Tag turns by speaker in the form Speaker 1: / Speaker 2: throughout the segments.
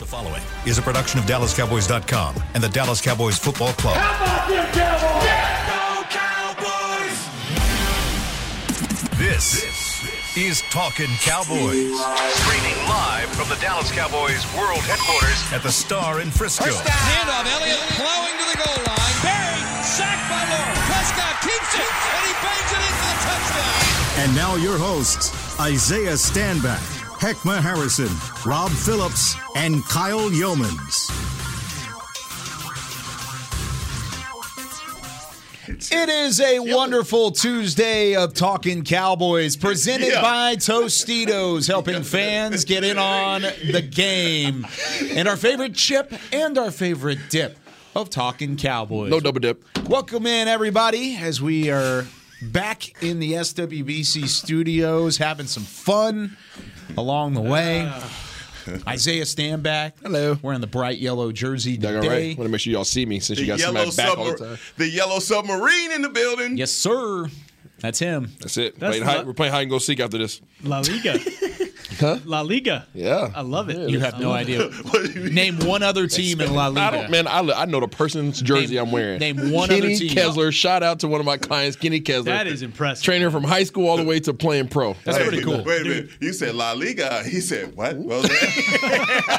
Speaker 1: following is a production of DallasCowboys.com and the Dallas Cowboys Football Club.
Speaker 2: How about them Cowboys?
Speaker 1: This is Talking Cowboys. Streaming live from the Dallas Cowboys World Headquarters at the Star in Frisco.
Speaker 3: Handoff, Elliott plowing to the goal line. Buried, sacked by Lawrence. Prescott keeps it, and he bangs it in for the touchdown.
Speaker 4: And now your hosts, Isaiah Standback, Heckma Harrison, Rob Phillips, and Kyle Yeomans.
Speaker 5: It is a wonderful Tuesday of Talking Cowboys presented
Speaker 6: Yeah.
Speaker 5: by Tostitos, helping fans get in on the game. And our favorite chip and our favorite dip of Talking Cowboys.
Speaker 6: No double dip.
Speaker 5: Welcome in, everybody, as we are back in the SWBC studios having some fun along the way. Isaiah Standback.
Speaker 6: Hello.
Speaker 5: Wearing the bright yellow jersey
Speaker 6: Y'all
Speaker 5: today.
Speaker 6: all right? Want to make sure y'all see me since
Speaker 7: the
Speaker 6: you got
Speaker 7: yellow
Speaker 6: somebody back all the
Speaker 7: submar-
Speaker 6: time.
Speaker 7: the yellow submarine in the building.
Speaker 5: Yes, sir. That's him.
Speaker 6: That's it.
Speaker 8: That's
Speaker 6: Playing hide-
Speaker 8: not-
Speaker 6: we're playing hide and go seek after this.
Speaker 8: La Liga. La Liga.
Speaker 6: Yeah.
Speaker 8: I love it.
Speaker 5: You have no idea. Name one other team in La Liga.
Speaker 6: I don't, man. I, li- I know the person's jersey I'm wearing.
Speaker 5: name one
Speaker 6: Kenny
Speaker 5: other team.
Speaker 6: Kessler. Shout out to one of my clients, Kenny Kessler.
Speaker 8: That is impressive.
Speaker 6: Trainer from high school all the way to playing pro.
Speaker 5: That's
Speaker 7: Wait a
Speaker 5: pretty
Speaker 7: minute,
Speaker 5: cool.
Speaker 7: Wait a minute. You said La Liga. He said what? What was that?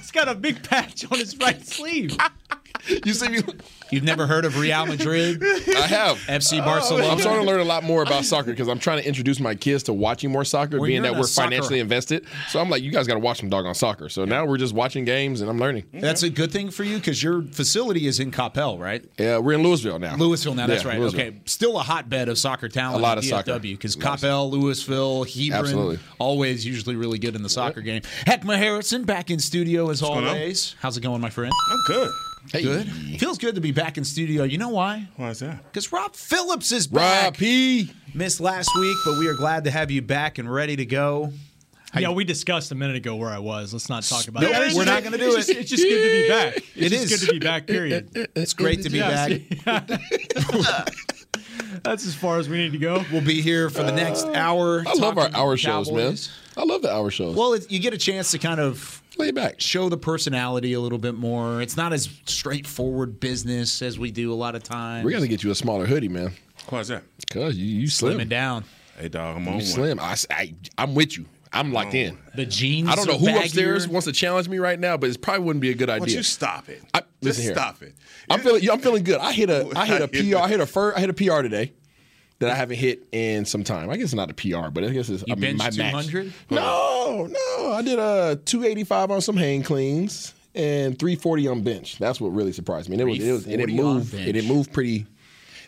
Speaker 8: He's got a big patch on his right sleeve.
Speaker 6: you see me?
Speaker 5: You've never heard of Real Madrid,
Speaker 6: I have.
Speaker 5: FC
Speaker 6: Well, Oh, I'm starting
Speaker 5: Barcelona.
Speaker 6: to learn a lot more about soccer because I'm trying to introduce my kids to watching more soccer,
Speaker 5: Well,
Speaker 6: being
Speaker 5: you're
Speaker 6: that
Speaker 5: not
Speaker 6: we're
Speaker 5: soccer-
Speaker 6: financially invested. So I'm like, you guys got to watch some doggone soccer. So now we're just watching games and I'm learning.
Speaker 5: That's a good thing for you because your facility is in Coppell, right?
Speaker 6: Yeah, we're in Louisville now.
Speaker 5: Louisville now. That's
Speaker 6: Yeah,
Speaker 5: right.
Speaker 6: Louisville.
Speaker 5: Okay, still a hotbed of soccer talent.
Speaker 6: A lot of
Speaker 5: in
Speaker 6: soccer.
Speaker 5: DFW because
Speaker 6: A lot of
Speaker 5: Coppell, Louisville, Hebron,
Speaker 6: Absolutely.
Speaker 5: always usually really good in the soccer game. Heckma Harrison back in studio as
Speaker 7: on?
Speaker 5: always. How's it going, my friend?
Speaker 7: I'm good.
Speaker 6: Hey.
Speaker 5: Good. Feels good to be back in studio. You know why?
Speaker 7: Why is that?
Speaker 5: Because Rob Phillips is back.
Speaker 6: Rob P.
Speaker 5: Missed last week, but we are glad to have you back and ready to go.
Speaker 8: yeah, we discussed a minute ago where I was. Let's not talk about
Speaker 5: No,
Speaker 8: it.
Speaker 5: we're
Speaker 8: It's just-
Speaker 5: not gonna do
Speaker 8: it's
Speaker 5: it.
Speaker 8: Just, it's just good to be back. It's
Speaker 5: It
Speaker 8: just
Speaker 5: is.
Speaker 8: good to be back, period.
Speaker 5: It's great to be
Speaker 8: Yes.
Speaker 5: back.
Speaker 8: That's as far as we need to go. Uh,
Speaker 5: We'll be here for the next hour.
Speaker 6: I love our
Speaker 5: talking
Speaker 6: hour shows, man.
Speaker 5: Cowboys.
Speaker 6: I love the hour shows.
Speaker 5: Well, it, you get a chance to kind of
Speaker 6: lay back.
Speaker 5: show the personality a little bit more. It's not as straightforward business as we do a lot of times.
Speaker 6: We're gonna get you a smaller hoodie, man.
Speaker 7: Why is that?
Speaker 6: Cause you, you slim.
Speaker 5: slimming down.
Speaker 7: Hey dog, I'm on
Speaker 6: You
Speaker 7: one.
Speaker 6: slim. I, am with you. I'm locked in.
Speaker 5: The jeans.
Speaker 6: I don't know
Speaker 5: are
Speaker 6: who
Speaker 5: baggier.
Speaker 6: upstairs wants to challenge me right now, but it probably wouldn't be a good
Speaker 7: Why
Speaker 6: idea.
Speaker 7: don't you stop it?
Speaker 6: I-
Speaker 7: Just
Speaker 6: listen here.
Speaker 7: stop it.
Speaker 6: I'm feeling. yeah, I'm feeling good. I hit a. I hit a
Speaker 7: I hear
Speaker 6: PR. I
Speaker 7: that.
Speaker 6: hit a fur. I hit a PR today. That I haven't hit in some time. I guess it's not a PR, but I guess it's
Speaker 5: You
Speaker 6: I mean,
Speaker 5: benched
Speaker 6: my max.
Speaker 5: 200?
Speaker 6: No, no. I did a 285 on some hang cleans and 340 on bench. That's what really surprised me. And it was, it was and it
Speaker 5: 340 on
Speaker 6: moved. And it
Speaker 5: bench.
Speaker 6: moved pretty.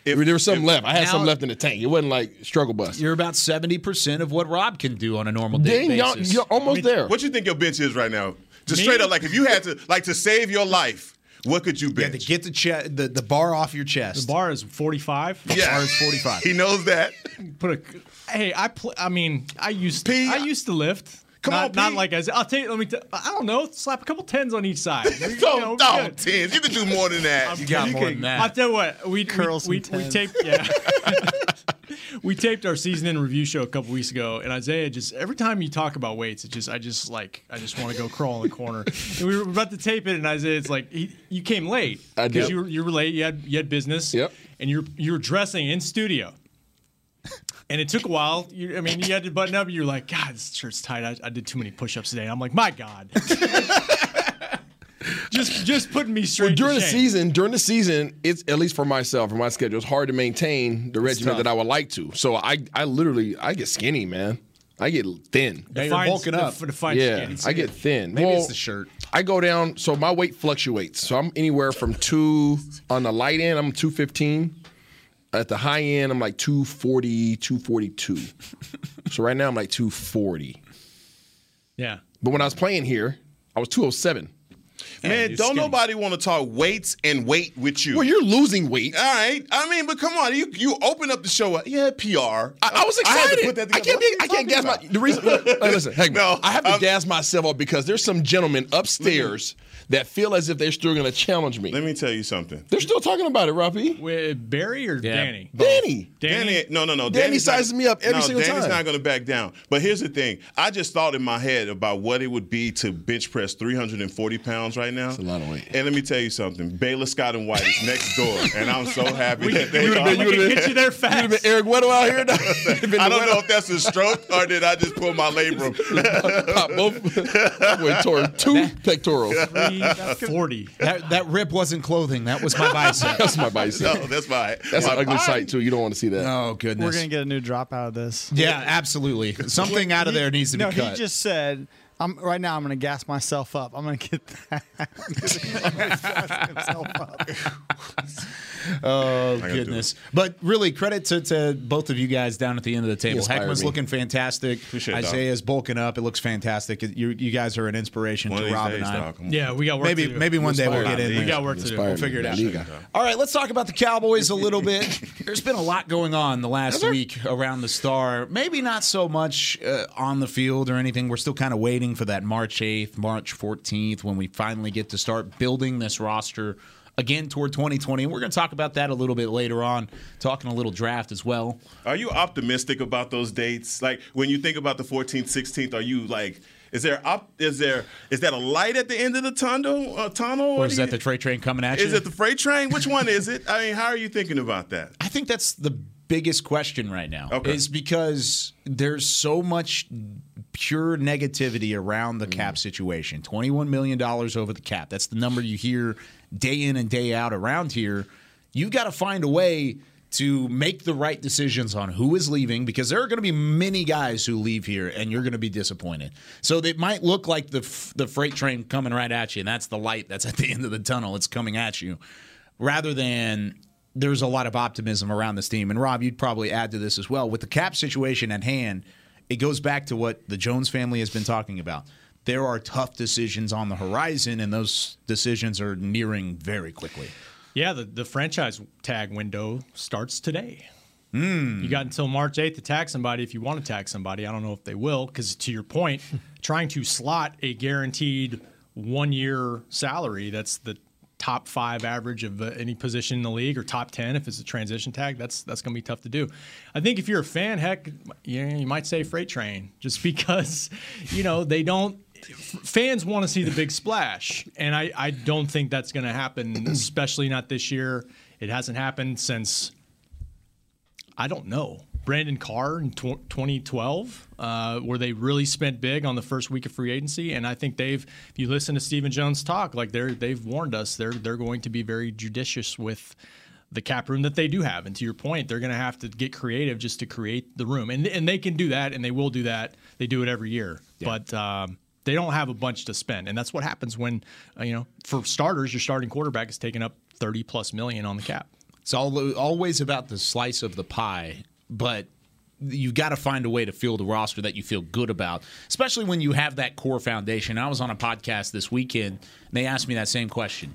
Speaker 7: If-
Speaker 6: there was something
Speaker 7: if-
Speaker 6: left. I had
Speaker 5: Now-
Speaker 6: some left in the tank. It wasn't like struggle bust.
Speaker 5: You're about seventy percent of what Rob can do on a normal day
Speaker 6: Dang, y'all,
Speaker 5: basis.
Speaker 6: you're almost there.
Speaker 7: What you think your bench is right now? Just
Speaker 8: Me?
Speaker 7: straight up, like if you had to, like to save your life, what could you
Speaker 5: You have
Speaker 7: bench?
Speaker 5: to get the, che- the the bar off your
Speaker 8: The
Speaker 5: chest.
Speaker 8: bar is 45.
Speaker 7: yeah,
Speaker 5: bar is 45.
Speaker 7: he knows that.
Speaker 8: Put a Hey, I pl- I mean, I used
Speaker 7: P,
Speaker 8: I used to lift.
Speaker 7: Come
Speaker 8: not,
Speaker 7: on, P.
Speaker 8: not like I. I'll tell you. Let me. T- I don't know. Slap a couple tens on each side. You know,
Speaker 7: Don't,
Speaker 8: we're
Speaker 7: don't
Speaker 8: good.
Speaker 7: tens. You can do more than that.
Speaker 5: You got more
Speaker 8: can-
Speaker 5: than that.
Speaker 8: I'll tell you what, we curls we, we, we taped yeah. we taped our season in review show a couple weeks ago, and Isaiah just every time you talk about weights, it just I just like I just want to go crawl in the corner. and we were about to tape it, and Isaiah's like, he, you came late
Speaker 6: I did.
Speaker 8: you were you were late. You had you had business.
Speaker 6: Yep.
Speaker 8: And you're you're dressing in studio. And it took a while. You, I mean, you had to button up. You're like, God, this shirt's tight. I, I did too many push-ups today. I'm like, my God. just, just putting me straight.
Speaker 6: Well, during
Speaker 8: to
Speaker 6: the
Speaker 8: shame.
Speaker 6: season, during the season, it's at least for myself for my schedule, it's hard to maintain the regimen that I would like to. So I, I literally, I get skinny, man. I get thin.
Speaker 5: Now you're
Speaker 8: Defines-
Speaker 5: bulking up.
Speaker 8: def- defines
Speaker 6: yeah,
Speaker 8: skinny.
Speaker 6: I get thin.
Speaker 5: Maybe
Speaker 6: well,
Speaker 5: it's the shirt.
Speaker 6: I go down, so my weight fluctuates. So I'm anywhere from two on the light end, I'm 215. At the high end, I'm like 240, 242. so right now, I'm like 240.
Speaker 8: Yeah.
Speaker 6: But when I was playing here, I was 207.
Speaker 7: Man, don't nobody want to talk weights and weight with you.
Speaker 6: Well, you're losing weight.
Speaker 7: All right. I mean, but come on, you you open up the show. uh, Yeah, PR.
Speaker 6: I, I was
Speaker 7: I
Speaker 6: excited. I,
Speaker 7: had to put that together.
Speaker 6: can't.
Speaker 7: What are
Speaker 6: Be,
Speaker 7: you
Speaker 6: I can't
Speaker 7: talking
Speaker 6: gas my.
Speaker 7: about?
Speaker 6: The reason. Look, hey, listen, heck,
Speaker 7: No,
Speaker 6: I have to
Speaker 7: I'm-
Speaker 6: gas myself up because there's some gentlemen upstairs that feel as if they're still going to challenge me.
Speaker 7: Let me tell you something.
Speaker 6: They're still talking about it, Rafi.
Speaker 8: With Barry or Danny?
Speaker 7: Oh.
Speaker 6: Danny.
Speaker 7: Danny, no, no, no.
Speaker 6: Danny
Speaker 7: Danny's not-
Speaker 6: sizes me up every
Speaker 7: no,
Speaker 6: single
Speaker 7: Danny's
Speaker 6: time.
Speaker 7: not going to back down. But here's the thing: I just thought in my head about what it would be to bench press 340 pounds right now. That's
Speaker 6: a lot of weight.
Speaker 7: And let me tell you something: Baylor Scott and White is next door, and I'm so happy
Speaker 8: We,
Speaker 7: that
Speaker 8: could-
Speaker 7: they
Speaker 8: we,
Speaker 7: are.
Speaker 8: could- we could get you there
Speaker 6: You'd have
Speaker 8: fast.
Speaker 6: been Eric Weddle out here. You'd have been
Speaker 7: I
Speaker 6: the
Speaker 7: don't
Speaker 6: Weddle.
Speaker 7: know if that's a stroke or did I just pull my labrum.
Speaker 6: Pop both. I went toward two pectorals.
Speaker 8: Three, 40.
Speaker 5: That, that rip wasn't clothing. That was my bicep.
Speaker 6: That's my bicep.
Speaker 7: no, that's my.
Speaker 6: That's
Speaker 7: my
Speaker 6: an ugly
Speaker 7: body.
Speaker 6: sight too. You don't want to see that.
Speaker 5: oh goodness.
Speaker 2: We're gonna get a new drop out of this.
Speaker 5: yeah, absolutely. Something out of
Speaker 2: He-
Speaker 5: there needs to
Speaker 2: no,
Speaker 5: be cut.
Speaker 2: he just said, "I'm right now. I'm gonna gas myself up. I'm gonna get that." Himself up.
Speaker 5: Oh
Speaker 7: gotta do
Speaker 5: goodness! But really, credit to, to both of you guys down at the end of the table.
Speaker 6: inspired
Speaker 5: Heckman's
Speaker 6: me.
Speaker 5: looking fantastic.
Speaker 7: Appreciate it, Doc.
Speaker 5: Isaiah's bulking up. It looks fantastic. You, you guys are an inspiration
Speaker 7: One of
Speaker 5: to
Speaker 7: these
Speaker 5: Rob
Speaker 7: days,
Speaker 5: and I.
Speaker 7: dog, come on.
Speaker 8: Yeah, we got work
Speaker 5: Maybe
Speaker 8: to do.
Speaker 5: maybe one day we'll get in
Speaker 8: We
Speaker 5: there.
Speaker 8: got work to do.
Speaker 6: Inspired
Speaker 8: We'll
Speaker 6: me.
Speaker 8: figure it
Speaker 6: La
Speaker 8: out.
Speaker 6: Liga.
Speaker 5: All right, let's talk about the Cowboys a little bit. There's been a lot going on the last week around the star. Maybe not so much uh, on the field or anything. We're still kind of waiting for that March 8th, March 14th when we finally get to start building this roster again toward 2020. We're going to talk about that a little bit later on, talking a little draft as well.
Speaker 7: Are you optimistic about those dates? Like when you think about the 14th, 16th, are you like, is there op- is there is that a light at the end of the tunnel? Uh, tunnel
Speaker 5: Or is
Speaker 7: do
Speaker 5: that
Speaker 7: you-
Speaker 5: the trade train coming at you?
Speaker 7: Is it the freight train? Which one is it? I mean, how are you thinking about that?
Speaker 5: I think that's the biggest question right now.
Speaker 7: Okay.
Speaker 5: Is because there's so much pure negativity around the cap situation. $21 million over the cap. That's the number you hear day in and day out around here. You've got to find a way to make the right decisions on who is leaving because there are going to be many guys who leave here and you're going to be disappointed. So it might look like the f- the freight train coming right at you and that's the light that's at the end of the tunnel. It's coming at you rather than there's a lot of optimism around this team. And Rob, you'd probably add to this as well. With the cap situation at hand, it goes back to what the Jones family has been talking about. There are tough decisions on the horizon, and those decisions are nearing very quickly.
Speaker 8: Yeah, the, the franchise tag window starts today. You got until March 8th to tag somebody if you want to tag somebody. I don't know if they will, because to your point, trying to slot a guaranteed one year salary that's the top five average of uh, any position in the league or top 10 if it's a transition tag that's that's going to be tough to do i think if you're a fan heck yeah, you might say freight train just because you know they don't fans want to see the big splash, and I, I don't think that's going to happen, especially not this year. It hasn't happened since I don't know Brandon Carr in tw- 2012, uh, where they really spent big on the first week of free agency, and I think they've. If you listen to Stephen Jones talk, like they're they've warned us, they're they're going to be very judicious with. The cap room that they do have, and to your point, they're going to have to get creative just to create the room, and and they can do that, and they will do that. They do it every year, but um, they don't have a bunch to spend, and that's what happens when uh, you know, for starters, your starting quarterback is taking up thirty plus million on the cap.
Speaker 5: It's all, always about the slice of the pie, but you've got to find a way to field a roster that you feel good about, especially when you have that core foundation. I was on a podcast this weekend, and they asked me that same question.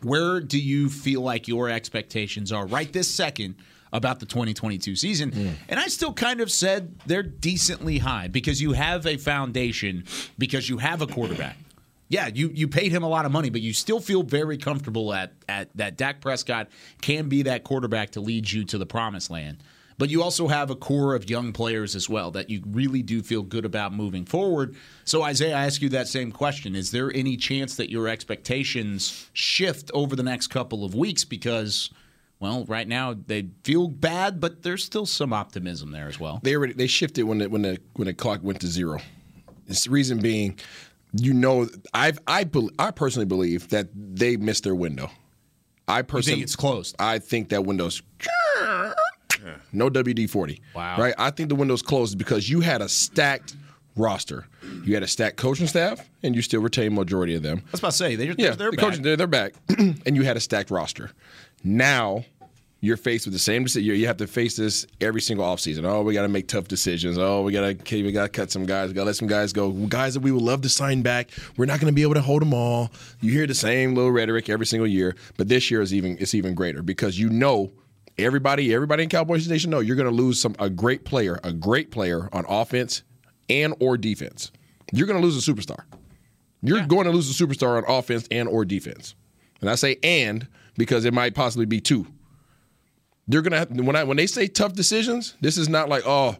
Speaker 5: Where do you feel like your expectations are right this second about the 2022 season? And I still kind of said they're decently high because you have a foundation, because you have a quarterback. Yeah, you, you paid him a lot of money, but you still feel very comfortable at, at that Dak Prescott can be that quarterback to lead you to the promised land. But you also have a core of young players as well that you really do feel good about moving forward. So, Isaiah, I ask you that same question. Is there any chance that your expectations shift over the next couple of weeks? Because, well, right now they feel bad, but there's still some optimism there as well.
Speaker 6: They already they shifted when the when the when the clock went to zero. It's the reason being, you know, I've I bel I personally believe that they missed their window. I personally
Speaker 5: it's closed?
Speaker 6: I think that window's no WD forty.
Speaker 5: Wow.
Speaker 6: Right. I think the window's closed because you had a stacked roster. You had a stacked coaching staff, and you still retain majority of them.
Speaker 5: I was about to say, they're,
Speaker 6: Yeah,
Speaker 5: they're
Speaker 6: the
Speaker 5: back.
Speaker 6: coaching- they're, they're back, and you had a stacked roster. Now you're faced with the same decision. You have to face this every single offseason. Oh, we got to make tough decisions. Oh, we got to okay, we got to cut some guys. We got to let some guys go. Guys that we would love to sign back. We're not going to be able to hold them all. You hear the same little rhetoric every single year, but this year is even it's even greater because you know. Everybody, everybody in Cowboys Nation know you're going to lose some a great player, a great player on offense and or defense. You're going to lose a superstar. You're going to lose a superstar on offense and or defense. And I say and because it might possibly be two. They're gonna have, when I when they say tough decisions, this is not like oh,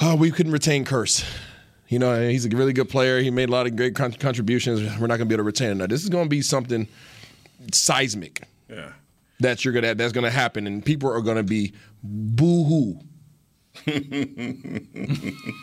Speaker 6: oh we couldn't retain Curse. You know he's a really good player. He made a lot of great con- contributions. We're not gonna be able to retain him. No, this is gonna be something seismic
Speaker 7: Yeah.
Speaker 6: that you're gonna that's gonna happen, and people are gonna be boo hoo.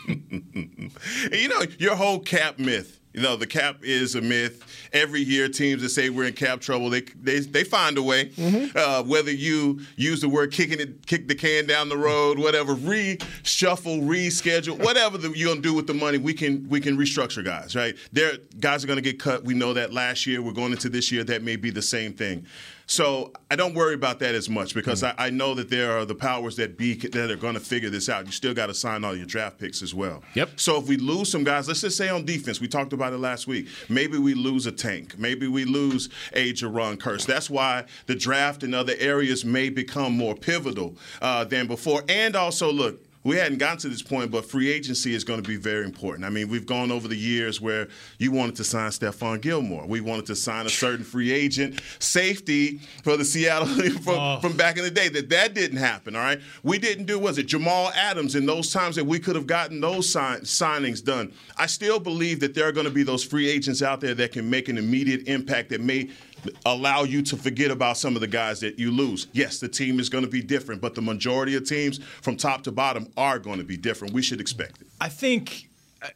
Speaker 7: And you know, your whole cap myth. You know, the cap is a myth. Every year, teams that say we're in cap trouble, they they, they find a way. Uh, whether you use the word kicking it, kick the can down the road, whatever, reshuffle, reschedule, whatever the, you're gonna do with the money, we can we can restructure guys. Right? There, guys are gonna get cut. We know that last year. We're going into this year. That may be the same thing. So I don't worry about that as much because I, I know that there are the powers that be that are going to figure this out. You still got to sign all your draft picks as well.
Speaker 5: Yep.
Speaker 7: So if we lose some guys, let's just say on defense, we talked about it last week. Maybe we lose a tank. Maybe we lose a Jerron Curse. That's why the draft in other areas may become more pivotal uh, than before. And also, look, we hadn't gotten to this point, but free agency is going to be very important. I mean, we've gone over the years where you wanted to sign Stephon Gilmore. We wanted to sign a certain free agent safety for the Seattle from, from back in the day. That that didn't happen. All right, we didn't do was it Jamal Adams in those times that we could have gotten those sign, signings done. I still believe that there are going to be those free agents out there that can make an immediate impact that may allow you to forget about some of the guys that you lose. Yes, the team is going to be different, but the majority of teams from top to bottom are going to be different. We should expect it.
Speaker 8: I think uh,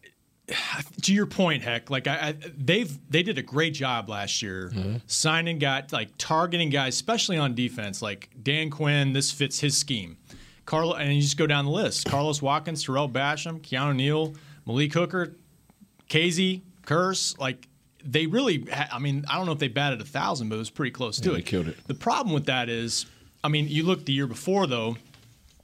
Speaker 8: to your point, heck, like I, I they've they did a great job last year signing got like targeting guys, especially on defense. Like Dan Quinn, this fits his scheme. Carlo, and you just go down the list: Carlos Watkins, Terrell Basham, Keanu Neal, Malik Hooker, Casey, Curse, like. They really, ha- I mean, I don't know if they batted a thousand, but it was pretty close to
Speaker 6: they
Speaker 8: it.
Speaker 6: killed it.
Speaker 8: The problem with that is, I mean, you look the year before though,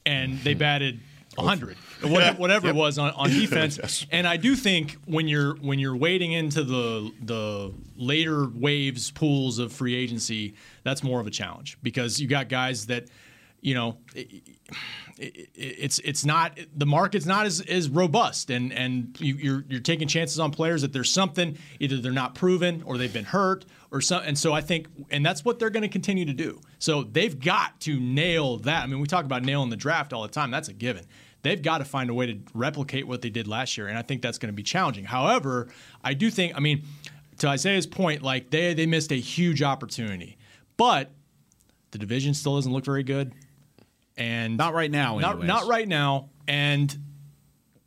Speaker 8: and
Speaker 6: Hmm.
Speaker 8: they batted 100 whatever, whatever it was on, on defense and i do think when you're when you're wading into the the later waves pools of free agency that's more of a challenge because you got guys that you know it, it, it's it's not the market's not as, as robust and and you, you're you're taking chances on players that there's something either they're not proven or they've been hurt or some and so I think and that's what they're going to continue to do. So they've got to nail that. I mean, we talk about nailing the draft all the time. That's a given. They've got to find a way to replicate what they did last year, and I think that's going to be challenging. However, I do think I mean to Isaiah's point, like they they missed a huge opportunity, but the division still doesn't look very good, and
Speaker 5: Not right now,
Speaker 8: not,
Speaker 5: anyways.
Speaker 8: not right now. And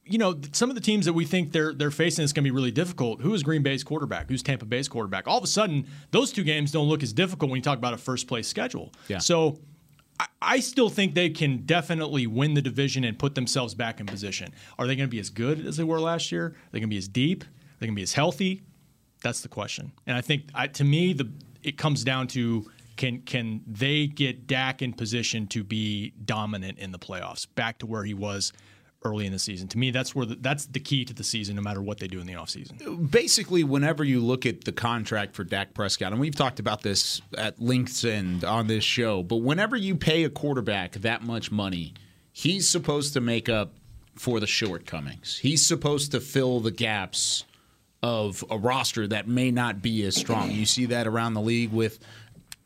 Speaker 8: you know, th- some of the teams that we think they're they're facing is going to be really difficult. Who is Green Bay's quarterback? Who's Tampa Bay's quarterback? All of a sudden, those two games don't look as difficult when you talk about a first place schedule.
Speaker 5: Yeah.
Speaker 8: So. I- I still think they can definitely win the division and put themselves back in position. Are they going to be as good as they were last year? Are they going to be as deep? Are they going to be as healthy? That's the question. And I think I, to me, the it comes down to can can they get Dak in position to be dominant in the playoffs, back to where he was early in the season. To me, that's where the, that's the key to the season, no matter what they do in the offseason.
Speaker 5: basically, whenever you look at the contract for Dak Prescott, and we've talked about this at lengths and on this show, but whenever you pay a quarterback that much money, he's supposed to make up for the shortcomings. He's supposed to fill the gaps of a roster that may not be as strong. You see that around the league with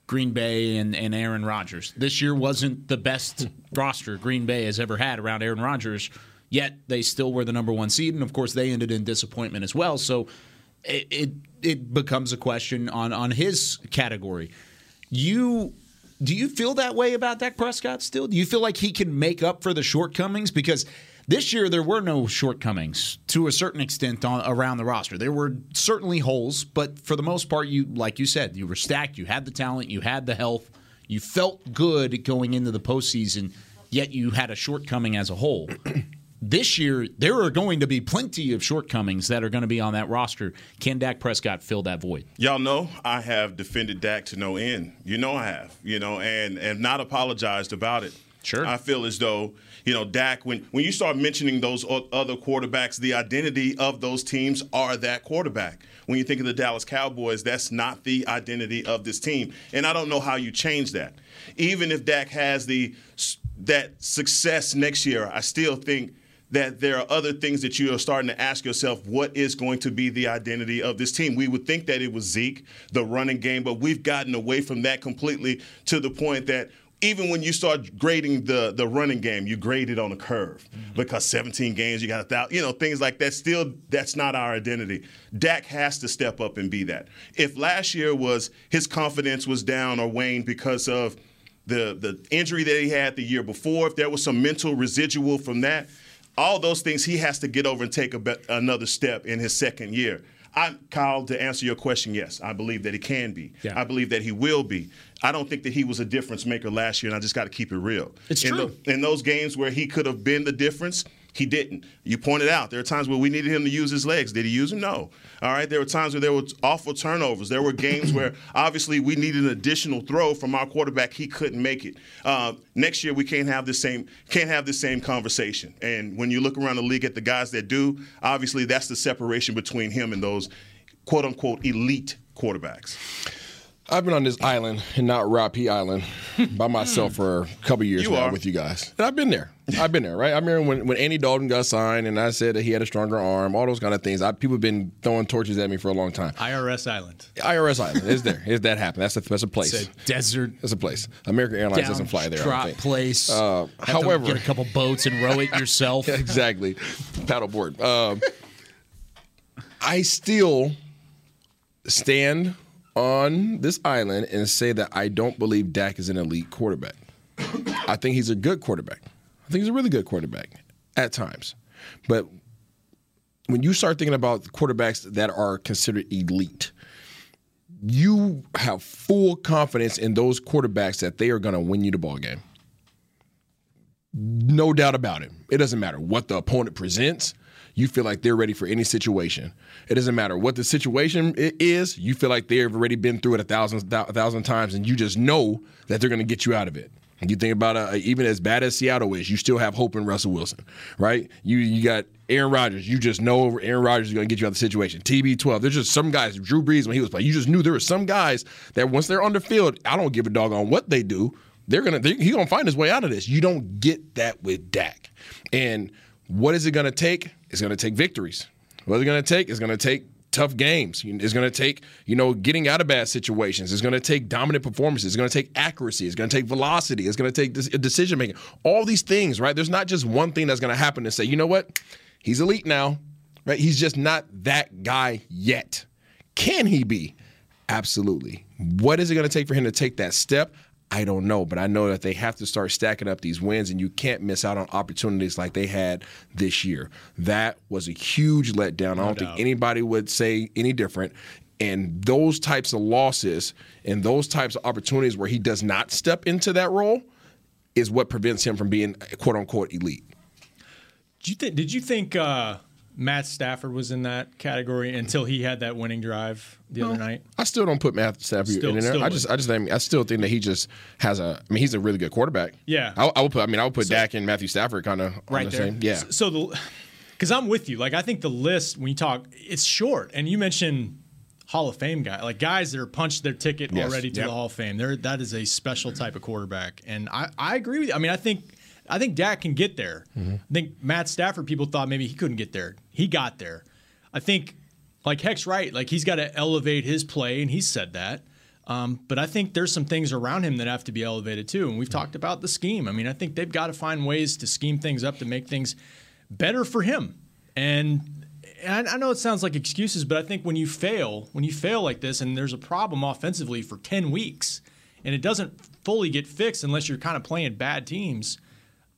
Speaker 5: Green Bay and, and Aaron Rodgers. This year wasn't the best roster Green Bay has ever had around Aaron Rodgers, yet they still were the number one seed. And of course, they ended in disappointment as well. So it, it, it becomes a question on, on his category. You. Do you feel that way about Dak Prescott still? Do you feel like he can make up for the shortcomings? Because this year there were no shortcomings to a certain extent on, around the roster. There were certainly holes, but for the most part, you like you said, you were stacked. You had the talent, you had the health, you felt good going into the postseason. Yet you had a shortcoming as a whole. this year, there are going to be plenty of shortcomings that are going to be on that roster. Can Dak Prescott fill that void?
Speaker 7: Y'all know I have defended Dak to no end. You know I have, you know, and and not apologized about it.
Speaker 5: Sure.
Speaker 7: I feel as though, you know, Dak when when you start mentioning those o- other quarterbacks, the identity of those teams are that quarterback. When you think of the Dallas Cowboys, that's not the identity of this team. And I don't know how you change that. Even if Dak has the s- that success next year, I still think that there are other things that you are starting to ask yourself what is going to be the identity of this team? We would think that it was Zeke, the running game, but we've gotten away from that completely to the point that even when you start grading the the running game, you grade it on a curve because 17 games, you got a thousand, you know, things like that. Still, that's not our identity. Dak has to step up and be that. If last year was his confidence was down or waned because of the the injury that he had the year before, if there was some mental residual from that, all those things he has to get over and take a be- another step in his second year. I, Kyle, to answer your question, yes, I believe that he can be.
Speaker 5: Yeah.
Speaker 7: I believe that he will be. I don't think that he was a difference maker last year, and I just got to keep it real.
Speaker 5: It's
Speaker 7: in
Speaker 5: true.
Speaker 7: tho- in those games where he could have been the difference, he didn't. You pointed out there are times where we needed him to use his legs. Did he use them? No. All right. There were times where there were awful turnovers. There were games where obviously we needed an additional throw from our quarterback. He couldn't make it. Uh, next year we can't have the same can't have the same conversation. And when you look around the league at the guys that do, obviously that's the separation between him and those quote unquote elite quarterbacks.
Speaker 6: I've been on this island and not Rob P Island by myself for a couple years
Speaker 7: You
Speaker 6: now
Speaker 7: are.
Speaker 6: with you guys. And I've been there. I've been there, right? I remember when, when Andy Dalton got signed and I said that he had a stronger arm, all those kind of things. I, people have been throwing torches at me for a long time.
Speaker 8: IRS Island.
Speaker 6: IRS Island is there. Is that happened? That's a, that's a place.
Speaker 5: It's a desert
Speaker 6: That's a place. American Airlines doesn't fly there. I
Speaker 5: Drop
Speaker 6: don't think.
Speaker 5: place.
Speaker 6: Uh,
Speaker 5: Have to
Speaker 6: however-
Speaker 5: get a couple boats and row it yourself.
Speaker 6: Yeah, exactly. Paddleboard. Um, I still stand on this island and say that I don't believe Dak is an elite quarterback. I think he's a good quarterback. I think he's a really good quarterback at times. But when you start thinking about quarterbacks that are considered elite, you have full confidence in those quarterbacks that they are going to win you the ball game. No doubt about it. It doesn't matter what the opponent presents. You feel like they're ready for any situation. It doesn't matter what the situation i- is. You feel like they've already been through it a thousand, thou- a thousand times, and you just know that they're going to get you out of it. You think about uh, even as bad as Seattle is, you still have hope in Russell Wilson, right? You you got Aaron Rodgers. You just know Aaron Rodgers is going to get you out of the situation. TB12. There's just some guys. Drew Brees when he was playing, you just knew there were some guys that once they're on the field, I don't give a dog on what they do they're gonna they, he gonna find his way out of this. You don't get that with Dak. And what is it gonna take? It's gonna take victories. What's it gonna take? It's gonna take tough games. It's gonna take you know getting out of bad situations. It's gonna take dominant performances. It's gonna take accuracy. It's gonna take velocity. It's gonna take des- decision making. All these things, right? There's not just one thing that's gonna happen and say, you know what, he's elite now, right? He's just not that guy yet. Can he be? Absolutely. What is it going to take for him to take that step? I don't know, but I know that they have to start stacking up these wins, and you can't miss out on opportunities like they had this year. That was a huge letdown. I don't think anybody would say any different. And those types of losses and those types of opportunities where he does not step into that role is what prevents him from being quote unquote elite.
Speaker 8: Did you think? Did you think uh, Matt Stafford was in that category until he had that winning drive the other night?
Speaker 6: I still don't put Matt Stafford
Speaker 8: Still-
Speaker 6: in there.
Speaker 8: still
Speaker 6: I just, I just, think, I still think that he just has a. I mean, he's a really good quarterback.
Speaker 8: Yeah.
Speaker 6: I, I would put. I mean, I would put Dak and Matthew Stafford kind of right the Same. Yeah,
Speaker 8: S- So the, because I'm with you. Like I think the list when you talk, it's short. And you mentioned Hall of Fame guy, like guys that are punched their ticket
Speaker 6: Yes.
Speaker 8: already to
Speaker 6: Yep.
Speaker 8: the Hall of Fame. There, that is a special type of quarterback. And I, I agree with you. I mean, I think. I think Dak can get there. I think Matt Stafford. People thought maybe he couldn't get there. He got there. I think, like Heck's right. Like he's got to elevate his play, and he said that. Um, but I think there's some things around him that have to be elevated too. And we've talked about the scheme. I mean, I think they've got to find ways to scheme things up to make things better for him. And, and I I know it sounds like excuses, but I think when you fail, when you fail like this, and there's a problem offensively for 10 weeks, and it doesn't fully get fixed unless you're kind of playing bad teams,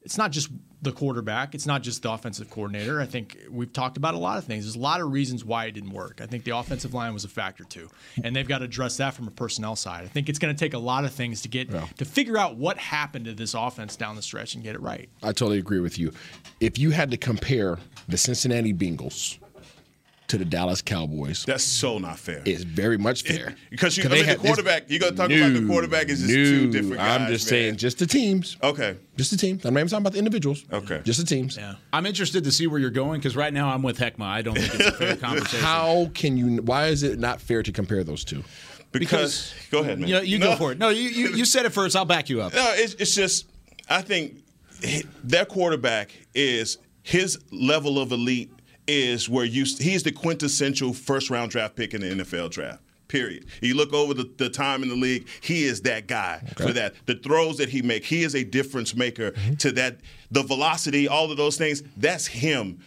Speaker 8: it's not just the quarterback. It's not just the offensive coordinator. I think we've talked about a lot of things. There's a lot of reasons why it didn't work. I think the offensive line was a factor too, and they've got to address that from a personnel side. I think it's going to take a lot of things to get to figure out what happened to this offense down the stretch and get it right.
Speaker 6: I totally agree with you. If you had to compare the Cincinnati Bengals to the Dallas Cowboys,
Speaker 7: That's so not fair.
Speaker 6: it's very much fair
Speaker 7: Because you- I
Speaker 6: they
Speaker 7: mean, the
Speaker 6: had this-
Speaker 7: quarterback- you gotta talk about the
Speaker 6: No,
Speaker 7: quarterback is just two
Speaker 6: no.
Speaker 7: different
Speaker 6: I'm
Speaker 7: guys,
Speaker 6: just
Speaker 7: man.
Speaker 6: saying, just the teams.
Speaker 7: Okay.
Speaker 6: Just the teams. I'm not even talking about the individuals.
Speaker 7: Okay.
Speaker 6: Just the teams.
Speaker 5: I'm interested to see where you're going because right now I'm with Heckma. I don't think it's a fair conversation.
Speaker 6: How can you? Why is it not fair to compare those two?
Speaker 7: Because, go ahead, man.
Speaker 5: You, know, you
Speaker 7: No.
Speaker 5: go for it. No, you, you you said it first. I'll back you up.
Speaker 7: No, it's, it's just I think their quarterback is his level of elite is where you he's the quintessential first round draft pick in the NFL draft. Period. You look over the, the time in the league, he is that guy for that. The throws that he make, he is a difference maker to that. The velocity, all of those things, that's him.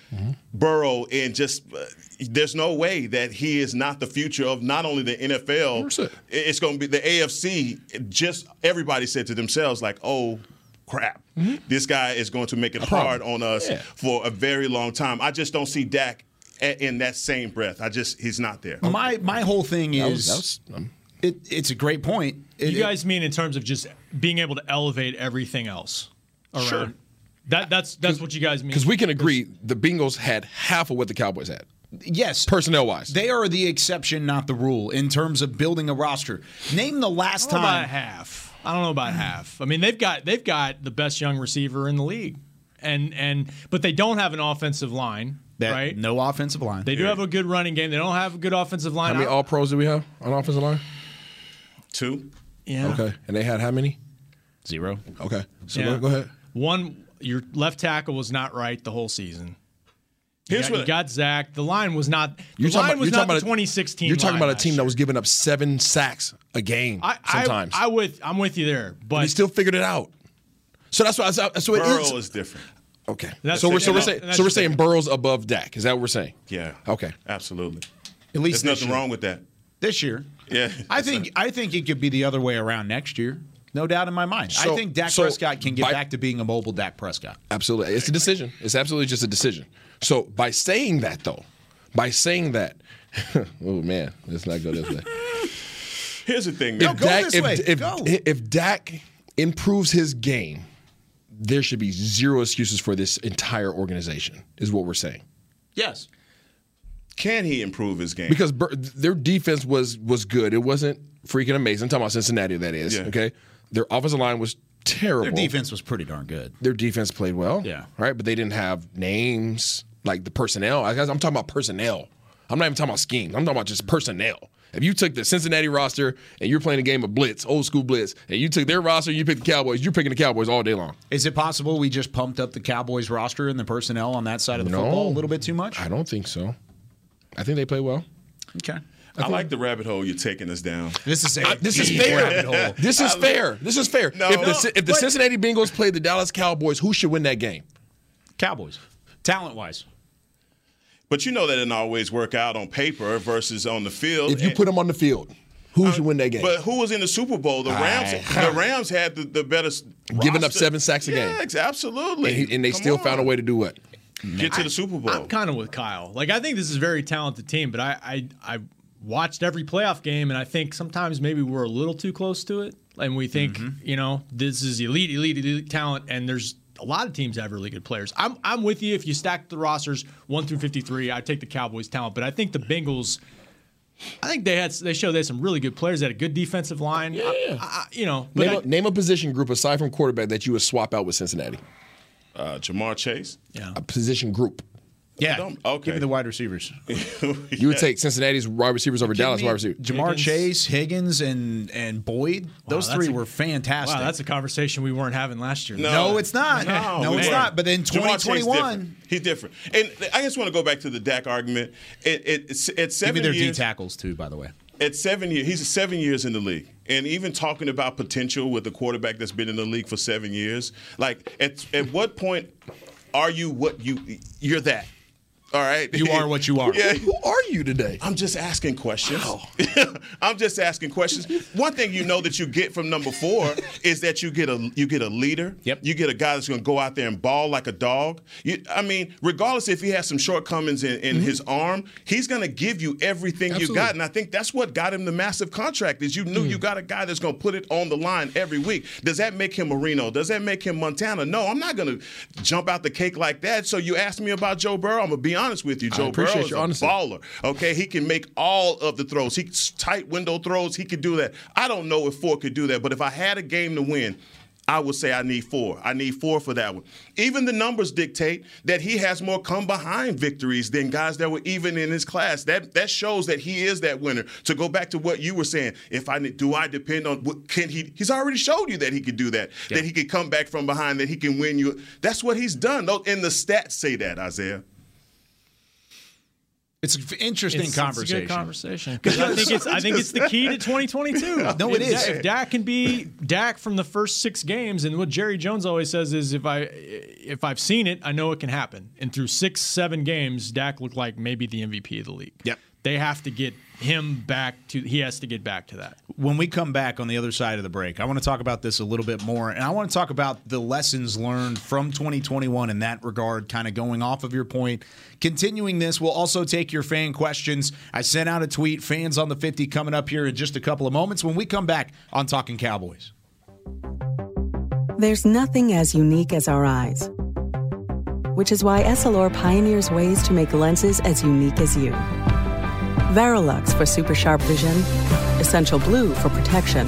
Speaker 7: Burrow, and just uh, there's no way that he is not the future of not only the NFL.
Speaker 6: percent.
Speaker 7: it- It's going to be the AFC. Just everybody said to themselves, like, oh crap. This guy is going to make it hard on us
Speaker 6: Yeah.
Speaker 7: for a very long time. I just don't see Dak a- in that same breath. I just he's not there.
Speaker 5: Oh My my whole thing
Speaker 6: That
Speaker 5: is
Speaker 6: was, that was, um,
Speaker 5: it, it's a great point. It-
Speaker 8: You guys mean in terms of just being able to elevate everything else? Around.
Speaker 7: Sure.
Speaker 8: That that's that's what you guys mean.
Speaker 6: Because we can agree the Bengals had half of what the Cowboys had,
Speaker 5: it- yes,
Speaker 6: personnel wise.
Speaker 5: They are the exception, not the rule, in terms of building a roster. Name the last
Speaker 8: I don't know about
Speaker 5: time.
Speaker 8: half. I don't know about half. I mean, they've got they've got the best young receiver in the league, and and but they don't have an offensive line,
Speaker 5: That
Speaker 8: right?
Speaker 5: no offensive line.
Speaker 8: They do have a good running game. They don't have a good offensive
Speaker 6: How
Speaker 8: line.
Speaker 6: many
Speaker 8: I-
Speaker 6: All Pros do we have on offensive line?
Speaker 7: Two.
Speaker 8: yeah.
Speaker 6: Okay, and they had how many?
Speaker 5: zero.
Speaker 6: Okay, so
Speaker 8: Yeah.
Speaker 6: go, go ahead.
Speaker 8: One, your left tackle was not right the whole season. You
Speaker 7: Here's
Speaker 8: got, you
Speaker 7: what-
Speaker 8: got Zach. The line was not. The
Speaker 6: You're
Speaker 8: line
Speaker 6: talking about,
Speaker 8: was
Speaker 6: you're
Speaker 8: not
Speaker 6: talking
Speaker 8: the
Speaker 6: about a-
Speaker 8: 2016.
Speaker 6: You're talking
Speaker 8: line
Speaker 6: about a
Speaker 8: last
Speaker 6: team
Speaker 8: year.
Speaker 6: that was giving up seven sacks a game
Speaker 8: I, I,
Speaker 6: sometimes.
Speaker 8: I with I'm with you there, but
Speaker 6: he still figured it out. So that's why. I was- So it
Speaker 7: Burrow
Speaker 6: is-
Speaker 7: is different.
Speaker 6: Okay.
Speaker 8: That's
Speaker 6: so we're,
Speaker 8: the-
Speaker 6: so we're
Speaker 8: and that-
Speaker 6: saying
Speaker 8: and that's
Speaker 6: so we're
Speaker 8: the
Speaker 6: saying
Speaker 8: thing.
Speaker 6: Burrow's above Dak. Is that what we're saying?
Speaker 7: Yeah.
Speaker 6: Okay.
Speaker 7: Absolutely.
Speaker 5: At least
Speaker 7: There's
Speaker 5: this
Speaker 7: nothing
Speaker 5: year.
Speaker 7: wrong with that.
Speaker 5: this year.
Speaker 7: Yeah.
Speaker 5: I think I think it could be the other way around next year. No doubt in my mind. I
Speaker 6: So-
Speaker 5: think Dak
Speaker 6: so
Speaker 5: Prescott can get
Speaker 6: by-
Speaker 5: back to being a mobile Dak Prescott.
Speaker 6: Absolutely. It's a decision. It's absolutely just a decision. So by saying that though, by saying that, oh man, let's not go this way.
Speaker 7: Here's the thing,
Speaker 6: If
Speaker 7: man.
Speaker 5: go
Speaker 6: Dak,
Speaker 5: this
Speaker 6: if,
Speaker 5: way.
Speaker 6: if,
Speaker 5: Go.
Speaker 6: if Dak improves his game, there should be zero excuses for this entire organization. Is what we're saying.
Speaker 5: Yes.
Speaker 7: Can he improve his game?
Speaker 6: because Bur- their defense was was good. It wasn't freaking amazing. I'm talking about Cincinnati, that is.
Speaker 7: Yeah.
Speaker 6: Okay, their offensive line was terrible.
Speaker 5: Their defense was pretty darn good.
Speaker 6: Their defense played well.
Speaker 5: Yeah.
Speaker 6: right, but they didn't have names like the personnel. I guess I'm talking about personnel. I'm not even talking about scheme. I'm talking about just personnel. If you took the Cincinnati roster and you're playing a game of blitz, old school blitz, and you took their roster, you picked the Cowboys. You're picking the Cowboys all day long.
Speaker 5: Is it possible we just pumped up the Cowboys roster and the personnel on that side of the
Speaker 6: No.
Speaker 5: football a little bit too much?
Speaker 6: I don't think so. I think they play well.
Speaker 5: Okay.
Speaker 7: I like the rabbit hole you're taking us down.
Speaker 5: This is a
Speaker 6: I- this is
Speaker 5: deep rabbit
Speaker 6: fair.
Speaker 5: hole.
Speaker 6: Uh, This is fair. This is fair.
Speaker 7: No.
Speaker 6: if the,
Speaker 7: No,
Speaker 6: Ci- if the Cincinnati Bengals played the Dallas Cowboys, who should win that game?
Speaker 5: Cowboys. Talent wise.
Speaker 7: But you know that didn't always work out on paper versus on the field.
Speaker 6: If you
Speaker 7: And-
Speaker 6: put them on the field, who should win that game?
Speaker 7: Uh, But who was in the Super Bowl? The Rams.
Speaker 6: Ah.
Speaker 7: The Rams had the, the better. s-
Speaker 6: Giving up
Speaker 7: roster.
Speaker 6: seven sacks a game.
Speaker 7: Yeah, ex- absolutely.
Speaker 6: and, he- and they
Speaker 7: Come
Speaker 6: still
Speaker 7: on.
Speaker 6: found a way to do what?
Speaker 7: get to the Super Bowl.
Speaker 8: I'm kind of with Kyle. Like I think this is a very talented team, but I, I I watched every playoff game, and I think sometimes maybe we're a little too close to it, and we think you know this is elite, elite, elite talent, and there's a lot of teams that have really good players. I'm I'm with you. If you stack the rosters one through 53, I take the Cowboys talent, but I think the Bengals. I think they had they showed they had some really good players. They had a good defensive line. Yeah, you know, but
Speaker 6: Name,
Speaker 8: I-
Speaker 6: a, name a position group aside from quarterback that you would swap out with Cincinnati.
Speaker 7: uh, Jamar Chase.
Speaker 8: yeah.
Speaker 6: A position group.
Speaker 5: Yeah.
Speaker 7: Dumb. Okay.
Speaker 5: Give me the wide receivers.
Speaker 6: You would take Cincinnati's wide receivers over Dallas wide receiver.
Speaker 5: Jamar
Speaker 8: Higgins.
Speaker 5: Chase, Higgins, and and Boyd. Those
Speaker 8: that's
Speaker 5: three
Speaker 8: a-
Speaker 5: were fantastic.
Speaker 8: Wow, that's a conversation we weren't having last year.
Speaker 5: No, it's not. No, it's
Speaker 7: Oh, man.
Speaker 5: not. But in
Speaker 7: Jamar Chase
Speaker 5: 2021,
Speaker 7: different. he's different. And I just want to go back to the Dak argument. It, it, it's, it's
Speaker 5: give me
Speaker 7: seven
Speaker 5: their D
Speaker 7: years.
Speaker 5: tackles too. By the way,
Speaker 7: at seven years, he's seven years in the league. And even talking about potential with a quarterback that's been in the league for seven years, like at, at what point are you what you you're that? All right,
Speaker 5: You are what you are.
Speaker 7: Yeah,
Speaker 6: Who are you today?
Speaker 7: I'm just asking questions. I'm just asking questions. One thing you know that you get from number four is that you get a you get a leader.
Speaker 5: Yep.
Speaker 7: You get a guy that's going to go out there and ball like a dog. You, I mean, regardless if he has some shortcomings in, in his arm, he's going to give you everything you got.
Speaker 6: Mm-hmm. Absolutely. Mm.
Speaker 7: And I think that's what got him the massive contract is you knew you got a guy that's going to put it on the line every week. Does that make him Marino? Does that make him Montana? No, I'm not going to jump out the cake like that. So you asked me about Joe Burrow. I'm going to be honest with you. Joe
Speaker 6: appreciate
Speaker 7: Burrow is
Speaker 6: your
Speaker 7: a
Speaker 6: honesty.
Speaker 7: baller baller, Okay, he can make all of the throws. He tight window throws. He could do that. I don't know if Ford could do that, but if I had a game to win, I would say I need four. I need four for that one. Even the numbers dictate that he has more come behind victories than guys that were even in his class. That that shows that he is that winner. To go back to what you were saying, if I need- do I depend on what can he? He's already showed you that he could do that. That he could come back from behind. That he can win you. That's what he's done. Tho- And the stats say that Isaiah.
Speaker 5: It's an f- interesting
Speaker 8: it's,
Speaker 5: conversation.
Speaker 8: It's a good conversation. 'Cause I think it's I think it's the key to 2022.
Speaker 5: No,
Speaker 8: if
Speaker 5: it is.
Speaker 8: Dak- If Dak can be Dak from the first six games, and what Jerry Jones always says is, if I if I've seen it, I know it can happen. And through six seven games, Dak looked like maybe the MVP of the league.
Speaker 5: Yep.
Speaker 8: They have to get him back to. He has to get back to that.
Speaker 5: When we come back on the other side of the break, I want to talk about this a little bit more, and I want to talk about the lessons learned from 2021 in that regard. Kind of going off of your point, continuing this, we'll also take your fan questions. I sent out a tweet, fans on the 50, coming up here in just a couple of moments. When we come back on Talking Cowboys.
Speaker 9: There's nothing as unique as our eyes, which is why Essilor pioneers ways to make lenses as unique as you. Verilux for super sharp vision, Essential Blue for protection,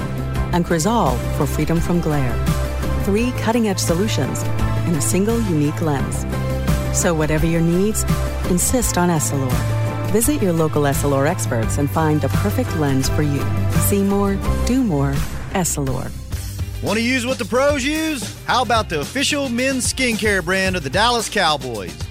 Speaker 9: and Crizal for freedom from glare. Three cutting edge solutions in a single unique lens. So, whatever your needs, insist on Essilor. Visit your local Essilor experts and find the perfect lens for you. See more, do more, Essilor.
Speaker 10: Want to use what the pros use? How about the official men's skincare brand of the Dallas Cowboys,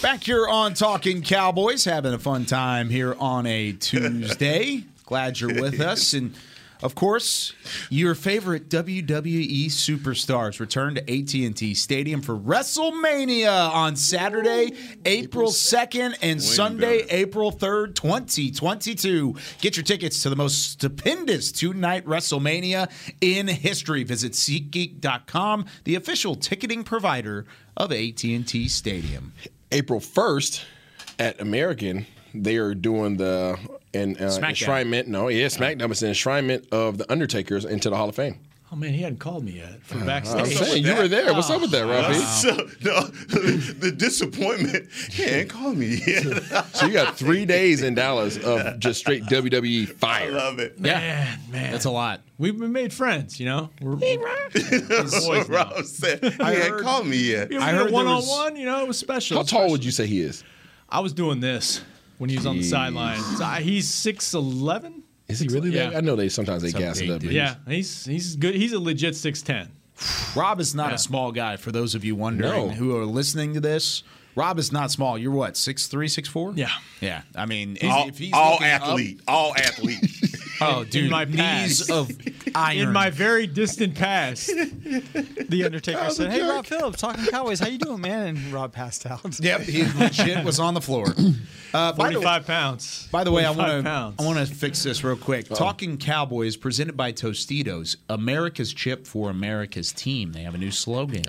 Speaker 5: Back here on Talking Cowboys, having a fun time here on a Tuesday. Glad you're with us. And of course, your favorite WWE superstars return to AT&T Stadium for WrestleMania on Saturday, April 2nd and Sunday, April 3rd, 2022. Get your tickets to the most stupendous two-night WrestleMania in history. Visit SeatGeek.com, the official ticketing provider of AT&T Stadium.
Speaker 6: April 1st at American, they are doing the an, uh,
Speaker 5: Smackdown.
Speaker 6: enshrinement. No, yeah, SmackDown. It's an enshrinement of the Undertakers into the Hall of Fame.
Speaker 8: Oh man, he hadn't called me yet from
Speaker 6: I'm
Speaker 8: backstage.
Speaker 6: saying you were there. What's up with that, Robbie?
Speaker 7: So, no, the disappointment. Yeah, call me. Yeah,
Speaker 6: So you got three days in Dallas of just straight WWE
Speaker 7: I
Speaker 6: fire.
Speaker 7: love it.
Speaker 8: Man, man,
Speaker 5: That's a lot.
Speaker 8: We've been made friends, you know. We're,
Speaker 7: That's what Rob said. He ain't
Speaker 8: heard-
Speaker 7: called me yet.
Speaker 8: I
Speaker 5: heard
Speaker 8: heard
Speaker 5: there
Speaker 8: one on
Speaker 5: was-
Speaker 8: one. You know, it was special.
Speaker 6: How
Speaker 8: It was
Speaker 6: tall
Speaker 8: special.
Speaker 6: would you say he is?
Speaker 8: I was doing this when he was on the sideline. So I- He's six eleven.
Speaker 6: Is he really
Speaker 8: Yeah.
Speaker 6: that? I know they sometimes they gas it up. but
Speaker 8: Yeah, he's he's good. He's a legit six ten.
Speaker 5: Rob is not a small guy. For those of you wondering
Speaker 6: No.
Speaker 5: who are listening to this, Rob is not small. You're what six three, six four?
Speaker 8: Yeah.
Speaker 5: yeah. I mean,
Speaker 7: All,
Speaker 5: if he's
Speaker 7: all
Speaker 5: looking up-
Speaker 7: athlete. All athlete.
Speaker 5: oh, dude,
Speaker 8: my
Speaker 5: knees
Speaker 8: past.
Speaker 5: of iron.
Speaker 8: In my very distant past,
Speaker 2: The Undertaker said, "Hey, Rob Phillips, talking Cowboys. How you doing, man?" And Rob passed out.
Speaker 5: yep, he legit was on the floor. Uh, by the
Speaker 8: forty
Speaker 5: way-
Speaker 8: five pounds.
Speaker 5: By the way, I want
Speaker 8: 45
Speaker 5: to
Speaker 8: pounds.
Speaker 5: I want to fix this real quick. Talking Cowboys presented by Tostitos, America's chip for America's team. They have a new slogan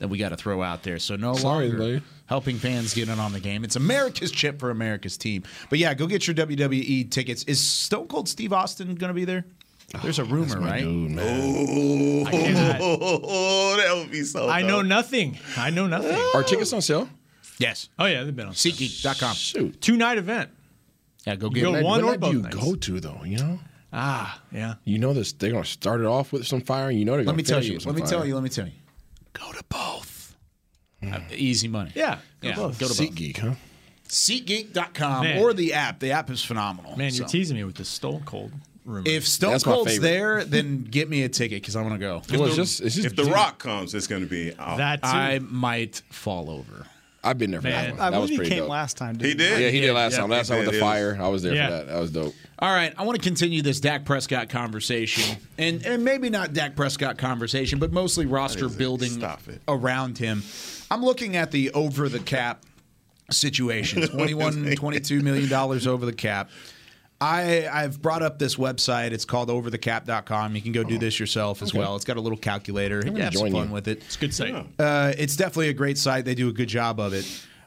Speaker 5: that we got to throw out there. So no
Speaker 6: Sorry,
Speaker 5: longer
Speaker 6: buddy.
Speaker 5: helping fans get in on the game. It's America's chip E for America's team. But yeah, go get your WWE tickets. Is Stone Cold Steve Austin going to be there? There's a rumor, right?
Speaker 7: Oh, that would be so.
Speaker 8: I
Speaker 7: dope.
Speaker 8: know nothing. I know nothing.
Speaker 6: Are tickets on sale?
Speaker 5: Yes.
Speaker 8: Oh yeah, they've been on
Speaker 5: SeatGeek.com.
Speaker 6: Shoot.
Speaker 8: Two night event.
Speaker 5: Yeah, go
Speaker 8: You go one or both
Speaker 6: do you
Speaker 8: nights.
Speaker 6: go to though? You know.
Speaker 8: Ah, yeah.
Speaker 6: You know this. They're gonna start it off with some fire. and You know they're
Speaker 5: Let
Speaker 6: gonna
Speaker 5: me tell
Speaker 6: finish it
Speaker 5: you.
Speaker 6: with
Speaker 5: Let
Speaker 6: some
Speaker 5: me
Speaker 6: fire.
Speaker 5: tell you. Let me tell you. Go to both. Uh, easy money.
Speaker 8: Yeah.
Speaker 5: Go yeah.
Speaker 8: both.
Speaker 5: Go to both.
Speaker 6: SeatGeek, huh?
Speaker 5: SeatGeek.com
Speaker 8: Man.
Speaker 5: or the app. The app is phenomenal.
Speaker 8: Man, you're
Speaker 5: So,
Speaker 8: teasing me with this Stone Cold rumor.
Speaker 5: If Stone
Speaker 7: That's my
Speaker 5: Cold's
Speaker 7: favorite.
Speaker 5: there, then get me a ticket because I want to go.
Speaker 7: if The Rock comes, it's going to be oh, out.
Speaker 5: I might fall over.
Speaker 6: I've been there
Speaker 5: for Man. that one.
Speaker 2: I
Speaker 5: That was
Speaker 2: believe he
Speaker 5: pretty
Speaker 2: came
Speaker 5: dope.
Speaker 2: last time.
Speaker 5: He
Speaker 2: Didn't
Speaker 5: did?
Speaker 6: Yeah, he did last
Speaker 5: Yeah,
Speaker 6: time. Last
Speaker 5: he
Speaker 6: time with
Speaker 5: did.
Speaker 6: the fire. I was there
Speaker 5: Yeah.
Speaker 6: for that. That was dope.
Speaker 5: All right, I want to continue this Dak Prescott conversation, and and maybe not Dak Prescott conversation, but mostly roster building around him. I'm looking at the over the cap situation, 21, 22 million dollars over the cap. I I've brought up this website. It's called overthecap.com. You can go do this yourself as
Speaker 6: Oh. Okay.
Speaker 5: well. It's got a little calculator. You
Speaker 6: I'm
Speaker 5: can have some
Speaker 6: enjoying
Speaker 5: fun
Speaker 6: you.
Speaker 5: with it.
Speaker 8: It's a good site.
Speaker 5: Uh, it's definitely a great site. They do a good job of it.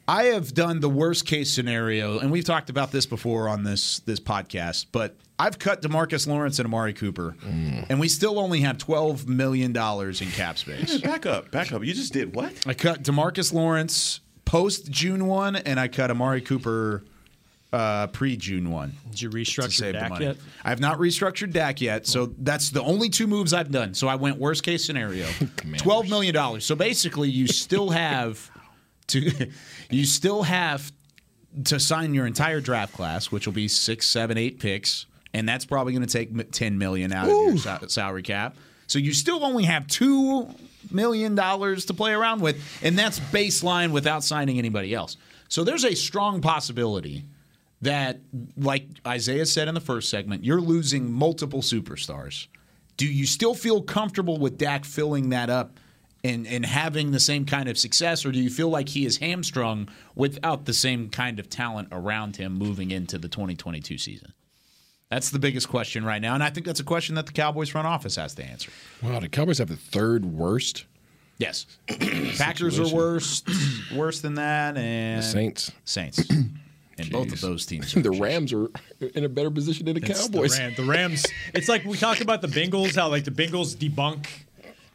Speaker 5: I have done the worst case scenario, and we've talked about this before on this this podcast. But I've cut Demarcus Lawrence and Amari Cooper, and we still only have twelve million dollars in cap space.
Speaker 7: Back up, back up. You just did what?
Speaker 5: I cut Demarcus Lawrence post June one, and I cut Amari Cooper uh, pre June one.
Speaker 8: Did you restructure Dak yet?
Speaker 5: I have not restructured DAC yet, so that's the only two moves I've done. So I went worst case scenario, twelve million dollars. So basically, you still have to, you still have to sign your entire draft class, which will be six, seven, eight picks, and that's probably going to take m- ten million out of your sa- salary cap. So you still only have two million dollars to play around with, and that's baseline without signing anybody else. So there's a strong possibility that, like Isaiah said in the first segment, you're losing multiple superstars. Do you still feel comfortable with Dak filling that up and, and having the same kind of success, or do you feel like he is hamstrung without the same kind of talent around him moving into the 2022 season? That's the biggest question right now, and I think that's a question that the Cowboys front office has to answer.
Speaker 6: Wow, the Cowboys have the third worst.
Speaker 5: Yes, Packers are
Speaker 6: Situation.
Speaker 5: worse, worse than that, and
Speaker 6: Saints.
Speaker 5: Saints, and both of those teams.
Speaker 6: the Rams are in a better position than the
Speaker 8: It's
Speaker 6: Cowboys.
Speaker 8: The, Ram- the Rams. It's like we talk about the Bengals, how like the Bengals debunk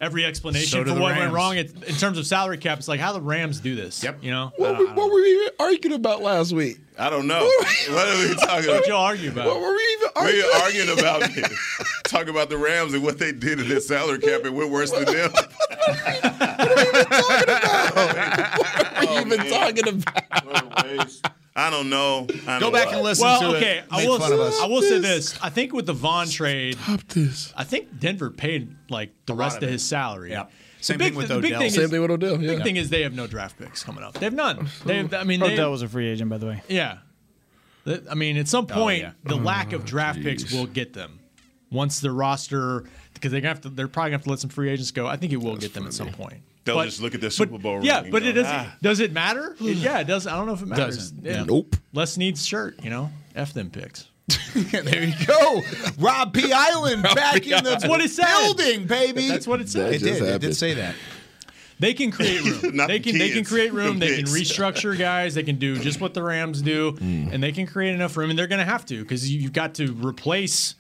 Speaker 8: every
Speaker 6: So
Speaker 8: explanation
Speaker 6: do
Speaker 8: for
Speaker 6: the
Speaker 8: what went
Speaker 6: Rams.
Speaker 8: wrong it, in terms of salary cap. It's like how the Rams do this. Yep. You know.
Speaker 6: What, we,
Speaker 2: Uh,
Speaker 6: what were we even arguing about last week?
Speaker 7: I don't know. what are we talking about?
Speaker 8: What y'all argue about?
Speaker 6: What were we even
Speaker 7: We
Speaker 6: arguing?
Speaker 7: are arguing about it. Talk about the Rams and what they did in their salary cap, and we're worse than them.
Speaker 6: What are you even talking about?
Speaker 7: I don't know. I
Speaker 5: Go
Speaker 7: don't
Speaker 5: back
Speaker 7: know.
Speaker 5: and listen
Speaker 8: well,
Speaker 5: to
Speaker 8: okay.
Speaker 5: it.
Speaker 8: I
Speaker 5: Make
Speaker 8: will.
Speaker 5: fun of us.
Speaker 8: I will say this. I think with the Vaughn trade,
Speaker 6: this.
Speaker 8: I think Denver paid like the rest of,
Speaker 5: of it.
Speaker 8: his salary.
Speaker 5: Yep.
Speaker 8: The
Speaker 5: Same
Speaker 8: big
Speaker 5: thing with
Speaker 8: the big
Speaker 5: Odell.
Speaker 8: thing is-
Speaker 6: Same thing with Odell.
Speaker 8: The
Speaker 6: Yeah.
Speaker 8: big thing is they have no draft picks coming up. They have none. They have, I mean, they,
Speaker 2: Odell Oh, was a free agent, by the way.
Speaker 8: Yeah. That- I mean, at some
Speaker 2: Oh,
Speaker 8: point,
Speaker 2: yeah.
Speaker 8: the lack of draft picks will get them. Once the roster, because they're gonna have to, they're probably gonna have to let some free agents go. I think it will get them at some point.
Speaker 7: They'll
Speaker 8: But-
Speaker 7: just look at their Super Bowl. ring
Speaker 8: Yeah,
Speaker 7: and
Speaker 8: but
Speaker 7: go,
Speaker 8: it doesn't.
Speaker 7: "Ah."
Speaker 8: Does it matter? It- yeah, it does. I don't know if it matters.
Speaker 5: Doesn't.
Speaker 8: Yeah.
Speaker 6: Nope.
Speaker 8: Les needs shirt. You know, f them picks.
Speaker 5: there you go. Rob P. Island back in the
Speaker 8: That's what it said.
Speaker 5: building, baby.
Speaker 8: That's what it said.
Speaker 5: It did. It did say that.
Speaker 8: They can create room.
Speaker 7: Not
Speaker 8: they
Speaker 7: the
Speaker 8: can they can
Speaker 7: kids. Mm.
Speaker 8: create room.
Speaker 7: The
Speaker 8: They can
Speaker 7: picks.
Speaker 8: restructure guys. They can do just what the Rams do, and they can create enough room. And they're going to have to because you've got to replace.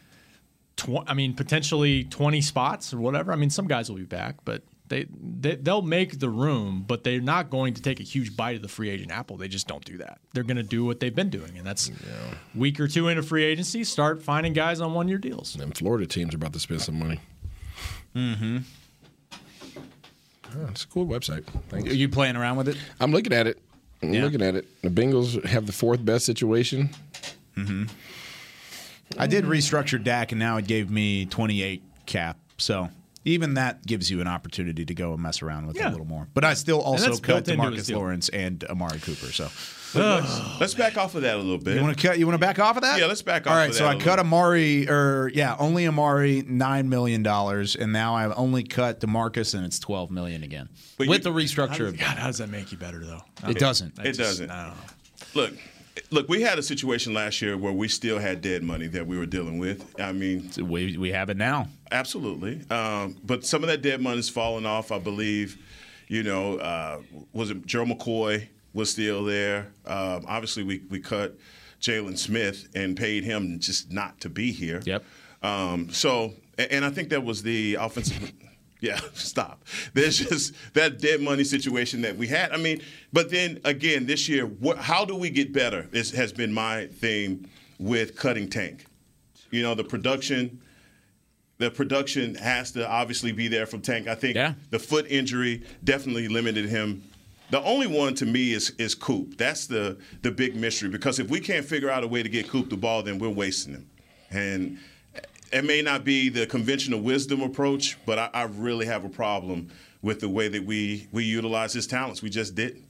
Speaker 8: Tw- I mean, potentially twenty spots or whatever. I mean, some guys will be back, but they, they they'll make the room, but they're not going to take a huge bite of the free agent apple. They just don't do that. They're going to do what they've been doing, and that's week or two into free agency. Start finding guys on one year deals.
Speaker 6: And Florida teams are about to spend some money.
Speaker 5: Mm-hmm.
Speaker 6: Oh, it's a cool website. Thanks.
Speaker 5: Are you playing around with it?
Speaker 6: I'm looking at it. I'm
Speaker 5: Yeah.
Speaker 6: looking at it. The Bengals have the fourth best situation.
Speaker 5: Mm-hmm. I did restructure DAC, and now it gave me 28 cap. So even that gives you an opportunity to go and mess around with it a
Speaker 8: Yeah.
Speaker 5: little more. But I still also
Speaker 8: that's
Speaker 5: cut
Speaker 8: built into his
Speaker 5: Demarcus
Speaker 8: deal.
Speaker 5: Lawrence and Amari Cooper. So
Speaker 7: Let's, let's back off of that a little bit.
Speaker 5: you want to cut? You want to back off of that?
Speaker 7: Yeah, let's back off
Speaker 5: All right,
Speaker 7: of
Speaker 5: so
Speaker 7: that
Speaker 5: I
Speaker 7: a
Speaker 5: cut Amari, or yeah, only Amari nine million dollars, and now I've only cut Demarcus, and it's 12 million again with the
Speaker 8: How
Speaker 5: restructure
Speaker 8: does,
Speaker 5: of
Speaker 8: God, how does that make you better though?
Speaker 5: It doesn't.
Speaker 8: I
Speaker 7: It
Speaker 8: just-
Speaker 7: doesn't.
Speaker 8: I don't know.
Speaker 7: Look, look, we had a situation last year where we still had dead money that we were dealing with. I mean,
Speaker 5: we we have it now.
Speaker 7: Absolutely, um, but some of that dead money's fallen off. I believe, you know, uh, was it Joe McCoy was still there? Um, obviously, we we cut Jalen Smith and paid him just not to be here. Yep. Um, so, a- and I think that was the offensive. Yeah, stop. There's just that dead money situation that we had. I mean, but then again, this year, what, how do we get better? Is, has been my theme with cutting tank. You know, the production, the production has to obviously be there from Tank. I think the foot injury definitely limited him. The only one to me is is Coop. That's the the big mystery because if we can't figure out a way to get Coop the ball, then we're wasting him. And it may not be the conventional wisdom approach, but I, I really have a problem with the way that we we utilize his talents. We just didn't.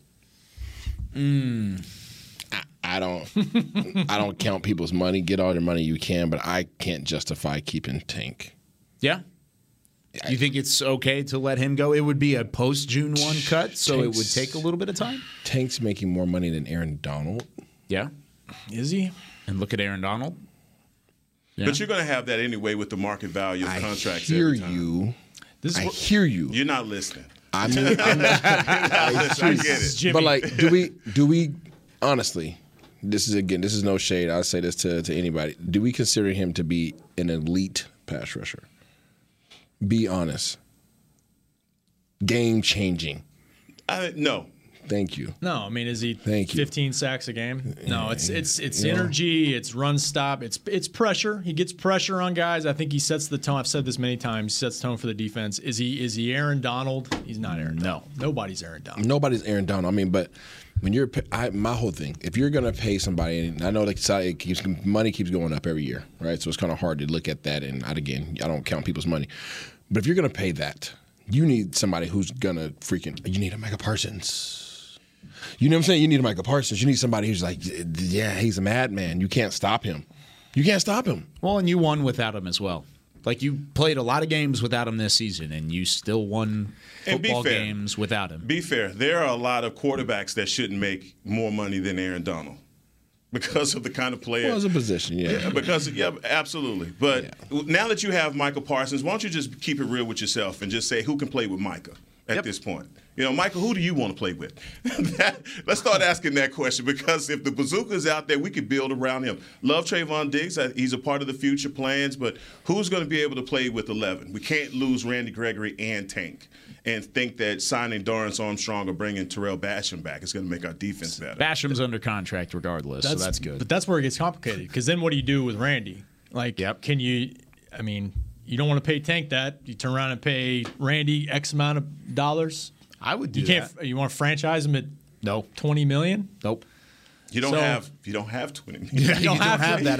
Speaker 6: Mm. I, I don't. I don't count people's money. Get all the money you can, but I can't justify keeping Tank.
Speaker 5: Yeah. You think it's okay to let him go? It would be a post June 1 cut, so it would
Speaker 6: Tanks-
Speaker 5: take a little bit of time.
Speaker 6: Tank's making more money than Aaron Donald.
Speaker 5: Yeah.
Speaker 8: Is he?
Speaker 5: And look at Aaron Donald.
Speaker 7: But you're going to have that anyway with the market value of contracts.
Speaker 6: hear
Speaker 7: every time.
Speaker 6: you.
Speaker 8: This
Speaker 6: I hear you.
Speaker 7: You're not listening.
Speaker 6: I mean, I'm
Speaker 7: I get it.
Speaker 6: But like, do we do we honestly? This is again. This is no shade. I'll say this to to anybody. Do we consider him to be an elite pass rusher? Be honest. Game changing.
Speaker 7: I, no.
Speaker 6: Thank you.
Speaker 8: No, I mean, is he
Speaker 6: Thank you.
Speaker 8: 15 sacks a game? No, it's it's it's
Speaker 6: Yeah.
Speaker 8: energy, it's run stop, it's it's pressure. He gets pressure on guys. I think he sets the tone. I've said this many times. Sets tone for the defense. Is he is he Aaron Donald? He's not Aaron. No, nobody's Aaron Donald.
Speaker 6: Nobody's Aaron Donald. I mean, but when you're, I, my whole thing, if you're gonna pay somebody, and I know like so it keeps money keeps going up every year, right? So it's kind of hard to look at that. And I, again, I don't count people's money, but if you're gonna pay that, you need somebody who's gonna freaking. You need a Micah Parsons. You know what I'm saying? You need a Micah Parsons. You need somebody who's like, yeah, he's a madman. You can't stop him. You can't stop him.
Speaker 5: Well, and you won without him as well. Like you played a lot of games without him this season, and you still won
Speaker 7: And be
Speaker 5: football
Speaker 7: fair.
Speaker 5: games without him.
Speaker 7: Be fair. There are a lot of quarterbacks that shouldn't make more money than Aaron Donald because of the kind of player.
Speaker 6: Well, it's a position, yeah.
Speaker 7: because yeah, absolutely. But now that you have Michael Parsons, why don't you just keep it real with yourself and just say who can play with Micah at this point? You know, Michael, who do you want to play with? That- let's start asking that question because if the bazooka is out there, we could build around him. Love Trayvon Diggs. I- He's a part of the future plans, but who's going to be able to play with 11? We can't lose Randy Gregory and Tank and think that signing Dorrance Armstrong or bringing Terrell Basham back is going to make our defense better.
Speaker 5: Basham's under contract regardless, so that's good.
Speaker 8: But that's where it gets complicated because then what do you do with Randy? Like, can you? I mean, you don't want to pay Tank that. You turn around and pay Randy X amount of dollars.
Speaker 5: I would
Speaker 8: You
Speaker 5: do
Speaker 8: can't. You want to franchise him at
Speaker 5: no
Speaker 8: twenty million?
Speaker 5: Nope.
Speaker 7: You don't
Speaker 8: So-
Speaker 7: have you don't have twenty.
Speaker 8: You
Speaker 7: million.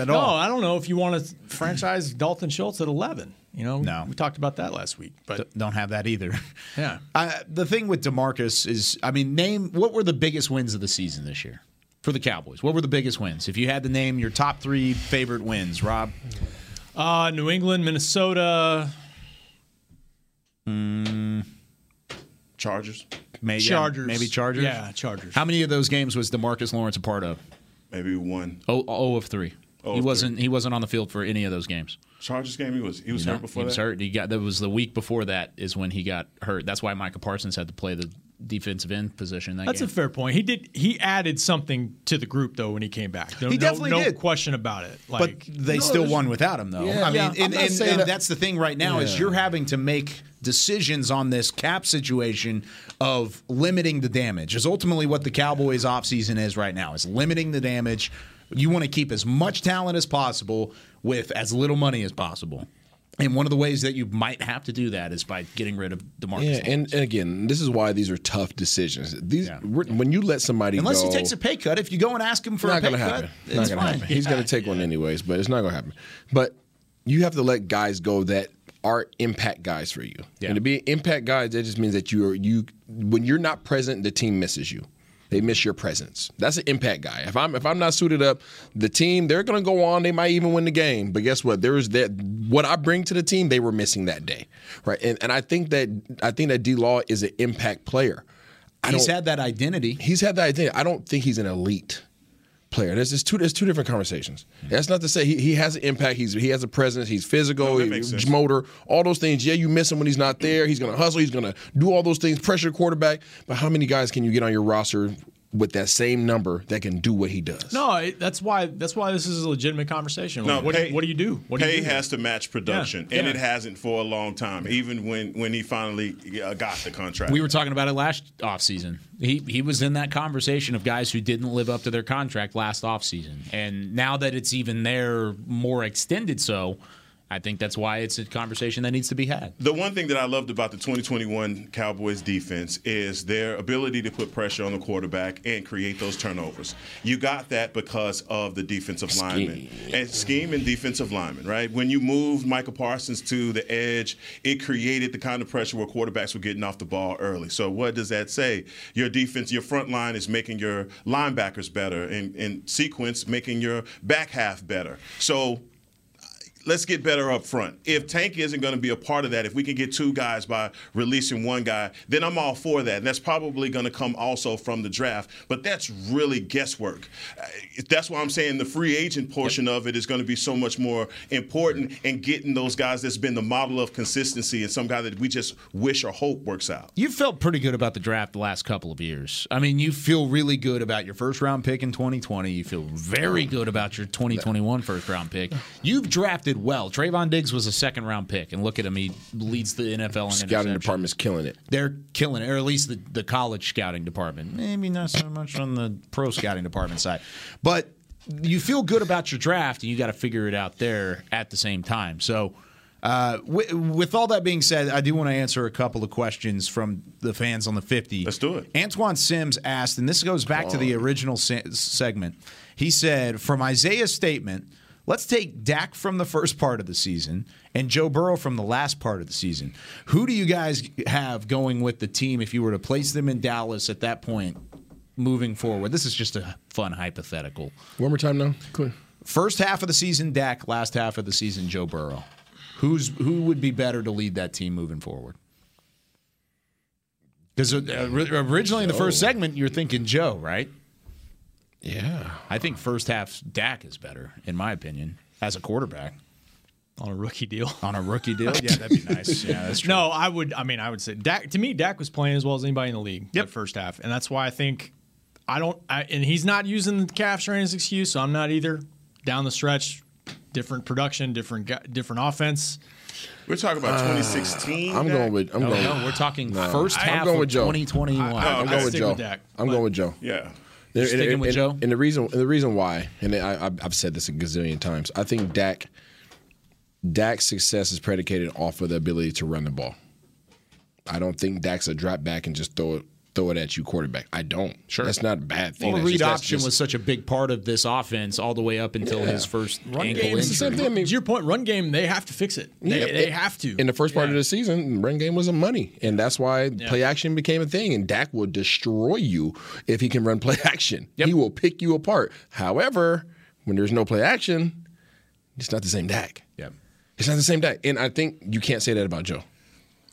Speaker 8: No, I don't know if you want to franchise Dalton Schultz at eleven. You know, no. we talked about that last week, but
Speaker 5: don't have that either.
Speaker 8: Yeah.
Speaker 5: Uh, the thing with Demarcus is, I mean, name what were the biggest wins of the season this year for the Cowboys? What were the biggest wins? If you had to name your top three favorite wins, Rob,
Speaker 8: Uh, New England, Minnesota,
Speaker 7: Chargers,
Speaker 5: maybe
Speaker 8: Chargers.
Speaker 5: maybe Chargers.
Speaker 8: Yeah, Chargers.
Speaker 5: How many of those games was Demarcus Lawrence a part of?
Speaker 7: Maybe one.
Speaker 5: Oh, oh of three.
Speaker 7: Oh
Speaker 5: he
Speaker 7: of
Speaker 5: wasn't. He wasn't on the field for any of those games.
Speaker 7: Chargers game. He was he was
Speaker 5: You know,
Speaker 7: hurt before
Speaker 5: he was
Speaker 7: that.
Speaker 5: hurt. He got that was the week before that is when he got hurt. That's why Micah Parsons had to play the defensive end position. That
Speaker 8: That's
Speaker 5: game.
Speaker 8: a fair point. He did. He added something to the group though when he came back. No,
Speaker 5: He
Speaker 8: no-
Speaker 5: definitely
Speaker 8: no
Speaker 5: did.
Speaker 8: question about it. Like,
Speaker 5: but they still won without him, though.
Speaker 8: Yeah.
Speaker 5: I mean,
Speaker 8: Yeah. I'm
Speaker 5: and,
Speaker 8: not
Speaker 5: and-
Speaker 8: saying
Speaker 5: and
Speaker 8: that-
Speaker 5: that's the thing right now is
Speaker 8: Yeah.
Speaker 5: you're having to make decisions on this cap situation of limiting the damage is ultimately what the Cowboys offseason is right now is limiting the damage. You want to keep as much talent as possible with as little money as possible. And one of the ways that you might have to do that is by getting rid of DeMarcus.
Speaker 6: Yeah, and, and again, this is why these are tough decisions. These we're- when you let somebody
Speaker 5: Unless
Speaker 6: go,
Speaker 5: he takes a pay cut, if you go and ask him for
Speaker 6: not
Speaker 5: a pay
Speaker 6: gonna
Speaker 5: cut,
Speaker 6: happen.
Speaker 5: it's
Speaker 6: not gonna
Speaker 5: fine.
Speaker 6: happen. He's gonna take one anyways, but it's not gonna happen. But you have to let guys go that are impact guys for you. And to be an impact guys, that just means that you are you when you're not present, the team misses you. They miss your presence. That's an impact guy. If I'm if I'm not suited up, the team they're gonna go on. They might even win the game. But guess what? There is that what I bring to the team. They were missing that day, right? And and I think that I think that D Law is an impact player. I
Speaker 5: He's
Speaker 6: don't-
Speaker 5: had that identity.
Speaker 6: He's had that identity. I don't think he's an elite player. There's just two. There's two different conversations.
Speaker 7: Hmm.
Speaker 6: That's not to say he, he has an impact. He's he has a presence. He's physical. he-
Speaker 7: makes sense.
Speaker 6: motor. All those things. Yeah, you miss him when he's not there. He's gonna hustle. He's gonna do all those things. Pressure the quarterback. But how many guys can you get on your roster with that same number that can do what he does.
Speaker 8: No, it, that's why. That's why this is a legitimate conversation.
Speaker 7: No,
Speaker 8: Like, what, do
Speaker 7: pay-
Speaker 8: you, what do you do? What do
Speaker 7: pay
Speaker 8: you do?
Speaker 7: has to match production,
Speaker 8: Yeah,
Speaker 7: and
Speaker 8: yeah.
Speaker 7: it hasn't for a long time. Even when when he finally uh, got the contract,
Speaker 5: We were talking about it last offseason. He he was in that conversation of guys who didn't live up to their contract last offseason. And now that it's even there more extended so, I think that's why it's a conversation that needs to be had.
Speaker 7: The one thing that I loved about the 2021 Cowboys defense is their ability to put pressure on the quarterback and create those turnovers. You got that because of the defensive linemen and scheme and defensive linemen, right? When you moved Michael Parsons to the edge, it created the kind of pressure where quarterbacks were getting off the ball early. So what does that say? Your defense, your front line is making your linebackers better, and, and sequence making your back half better. So let's get better up front. If Tank isn't going to be a part of that, if we can get two guys by releasing one guy, then I'm all for that. And that's probably going to come also from the draft, but that's really guesswork. Uh, That's why I'm saying the free agent portion of it is going to be so much more important and getting those guys that's been the model of consistency and some guy that we just wish or hope works out.
Speaker 5: You felt pretty good about the draft the last couple of years. I mean, you feel really good about your first round pick in 2020. You feel very good about your 2021 first round pick. You've drafted well. Trayvon Diggs was a second round pick, and look at him. He leads the NFL in
Speaker 6: Scouting
Speaker 5: interceptions.
Speaker 6: department's killing it.
Speaker 5: They're killing it, or at least the, the college scouting department. Maybe not so much on the pro scouting department side. But you feel good about your draft, and you got to figure it out there at the same time. So, uh, with, with all that being said, I do want to answer a couple of questions from the fans on the 50. Let's do it. Antoine Sims asked, and this goes back to the original se- segment. He said, from Isaiah's statement, Let's take Dak from the first part of the season and Joe Burrow from the last part of the season. Who do you guys have going with the team if you were to place them in Dallas at that point moving forward? This is just a fun hypothetical.
Speaker 6: One more time now. Cool.
Speaker 5: First half of the season, Dak. Last half of the season, Joe Burrow. Who's who would be better to lead that team moving forward? Because originally in the first
Speaker 6: Joe.
Speaker 5: segment, you're thinking Joe, right? Yeah, I think first half Dak is better, in my opinion, as a quarterback.
Speaker 8: On a rookie deal.
Speaker 5: On a rookie deal, yeah, that'd be nice. Yeah, that's true.
Speaker 8: No, I would. I mean, I would say Dak. To me, Dak was playing as well as anybody in the league. Yep. first half, and that's why I think I don't. I, and he's not using the calf strain as an excuse, so I'm not either. Down the stretch, different production, different gu- different offense.
Speaker 7: We're talking about 2016.
Speaker 6: Uh, I'm going with. I'm
Speaker 8: No,
Speaker 6: going.
Speaker 8: no, we're talking
Speaker 6: no.
Speaker 8: first
Speaker 6: I'm
Speaker 8: half
Speaker 6: going
Speaker 8: of
Speaker 6: with Joe.
Speaker 8: 2021.
Speaker 6: I,
Speaker 8: I-
Speaker 6: am
Speaker 8: I'd
Speaker 6: going with
Speaker 8: stick
Speaker 6: Joe.
Speaker 8: with Dak,
Speaker 6: I'm going with Joe.
Speaker 7: Yeah.
Speaker 6: And,
Speaker 5: Sticking
Speaker 6: and-
Speaker 5: with
Speaker 6: and-
Speaker 5: Joe?
Speaker 6: And the reason, and the reason why, and I, I've- I've said this a gazillion times. I think Dak, Dak's success is predicated off of the ability to run the ball. I don't think Dak's a drop back and just throw it, throw it at you, quarterback. I don't. Sure, that's not a bad thing.
Speaker 5: Well,
Speaker 6: That's
Speaker 5: read
Speaker 6: just- that's
Speaker 5: option
Speaker 6: just-
Speaker 5: was such a big part of this offense all the way up until
Speaker 6: Yeah.
Speaker 5: his first
Speaker 6: Run
Speaker 5: ankle
Speaker 6: game
Speaker 5: injury.
Speaker 6: is the same thing. I mean,
Speaker 8: to your point, run game they have to fix it. They,
Speaker 6: Yeah,
Speaker 8: they
Speaker 6: it-
Speaker 8: have to.
Speaker 6: In the first part of the season, run game was a money, and that's why
Speaker 8: Yeah.
Speaker 6: play action became a thing. And Dak will destroy you if he can run play action. He will pick you apart. However, when there's no play action, it's not the same Dak.
Speaker 5: Yep.
Speaker 6: It's not the same Dak, and I think you can't say that about Joe.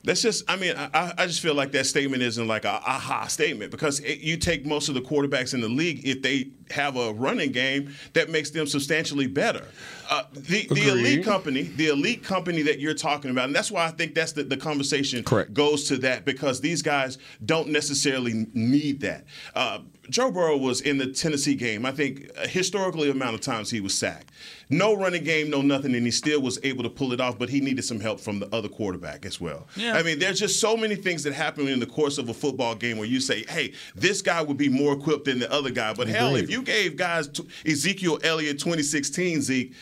Speaker 7: That's just, I mean, I- I, I just feel like that statement isn't like a aha statement because it, you take most of the quarterbacks in the league, if they have a running game, that makes them substantially better. Uh, the, the elite
Speaker 6: Agreed.
Speaker 7: company, the elite company that you're talking about, and that's why I think that's the, the conversation
Speaker 6: Correct.
Speaker 7: goes to that because these guys don't necessarily need that. Uh, Joe Burrow was in the Tennessee game. I think a historically amount of times he was sacked. No running game, no nothing, and he still was able to pull it off. But he needed some help from the other quarterback as well. I mean, there's just so many things that happen in the course of a football game where you say, "Hey, this guy would be more equipped than the other guy." But hell,
Speaker 6: Agreed.
Speaker 7: if you gave guys t- Ezekiel Elliott 2016 Zeke,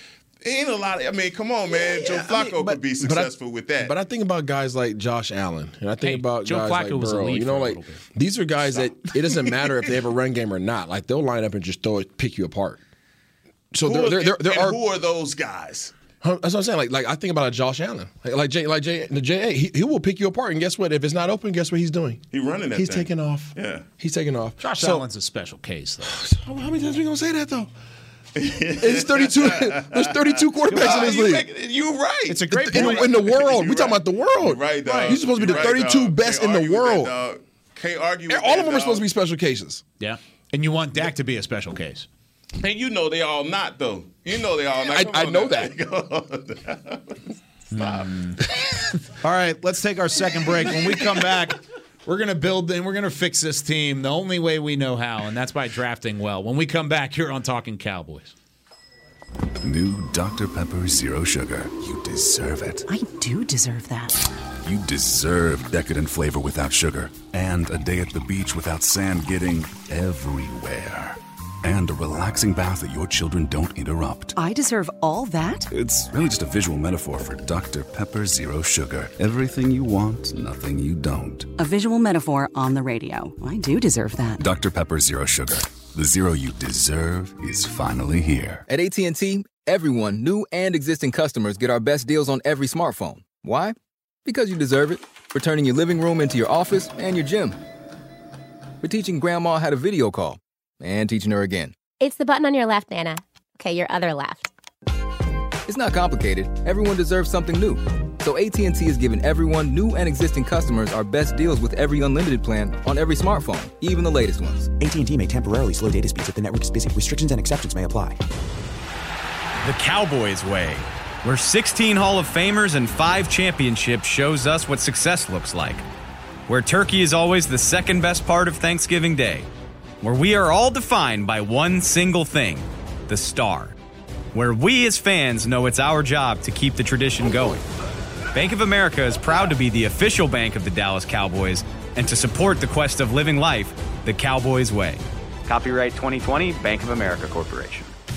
Speaker 7: ain't a lot. Of, I mean, come on, man. Joe Flacco could be
Speaker 6: But I-
Speaker 7: successful with that.
Speaker 6: But I think about guys like Josh Allen, and I think
Speaker 7: Hey,
Speaker 6: about
Speaker 7: Joe
Speaker 6: guys like
Speaker 7: Flacco was
Speaker 6: Burrow.
Speaker 7: elite
Speaker 6: You
Speaker 7: for
Speaker 6: know,
Speaker 7: a
Speaker 6: like
Speaker 7: little bit.
Speaker 6: these are guys that it doesn't matter if they have a run game or not. Like they'll line up and just throw it, pick you apart. So
Speaker 7: who
Speaker 6: there,
Speaker 7: are,
Speaker 6: there, there, there
Speaker 7: and
Speaker 6: are
Speaker 7: who are those guys?
Speaker 6: Huh, That's what I'm saying. Like, like I think about a Josh Allen, like, like Jay, like Jay, the J. He, he will pick you apart, and guess what? If it's not open, guess what he's doing?
Speaker 7: He running that
Speaker 6: He's
Speaker 7: thing.
Speaker 6: taking off.
Speaker 7: Yeah.
Speaker 6: He's taking off.
Speaker 5: Josh
Speaker 6: So-
Speaker 5: Allen's a special case, though.
Speaker 6: How many times we gonna say that though? It's 32. There's 32 quarterbacks in this
Speaker 7: You
Speaker 6: league.
Speaker 7: make- You're right. It's a
Speaker 6: in, the, in the world, we talking about the world.
Speaker 7: Right, dog.
Speaker 6: You're supposed to be the
Speaker 7: Right,
Speaker 6: 32
Speaker 7: dog.
Speaker 6: best
Speaker 7: Can't
Speaker 6: in the
Speaker 7: argue with that,
Speaker 6: world.
Speaker 7: dog. Can't argue.
Speaker 6: And
Speaker 7: with
Speaker 6: all
Speaker 7: that,
Speaker 6: of them are
Speaker 7: dog.
Speaker 6: supposed to be special cases.
Speaker 5: Yeah. And you want Dak to be a special case.
Speaker 7: And you know they all not though. You know they all not.
Speaker 5: I-
Speaker 7: Come
Speaker 5: I
Speaker 7: on
Speaker 5: know
Speaker 7: now.
Speaker 5: that.
Speaker 7: Go on.
Speaker 5: All right, let's take our second break. When we come back, We're going to build and we're going to fix this team the only way we know how, and that's by drafting well. When we come back here on Talking Cowboys.
Speaker 11: New Dr. Pepper Zero Sugar. You deserve it.
Speaker 12: I do deserve that.
Speaker 11: You deserve decadent flavor without sugar, and a day at the beach without sand getting everywhere, and a relaxing bath that your children don't interrupt.
Speaker 12: I deserve all that?
Speaker 11: It's really just a visual metaphor for Dr. Pepper Zero Sugar. Everything you want, nothing you don't.
Speaker 12: A visual metaphor on the radio. I do deserve that.
Speaker 11: Dr. Pepper Zero Sugar. The zero you deserve is finally here.
Speaker 13: At AT&T, everyone, new and existing customers, get our best deals on every smartphone. Why? Because you deserve it. For turning your living room into your office and your gym. For teaching grandma how to video call and teaching her again.
Speaker 14: It's the button on your left, Nana. Okay, your other left.
Speaker 13: It's not complicated. Everyone deserves something new. So AT&T is giving everyone, new and existing customers, our best deals with every unlimited plan on every smartphone, even the latest ones.
Speaker 15: AT&T may temporarily slow data speeds if the network is busy. Restrictions and exceptions may apply.
Speaker 16: The Cowboys Way, where 16 Hall of Famers and 5 championships shows us what success looks like. Where turkey is always the second best part of Thanksgiving Day. Where we are all defined by one single thing the star. Where we as fans know it's our job to keep the tradition going. Bank of America is proud to be the official bank of the Dallas Cowboys and to support the quest of living life the Cowboys way. Copyright 2020, Bank of America Corporation.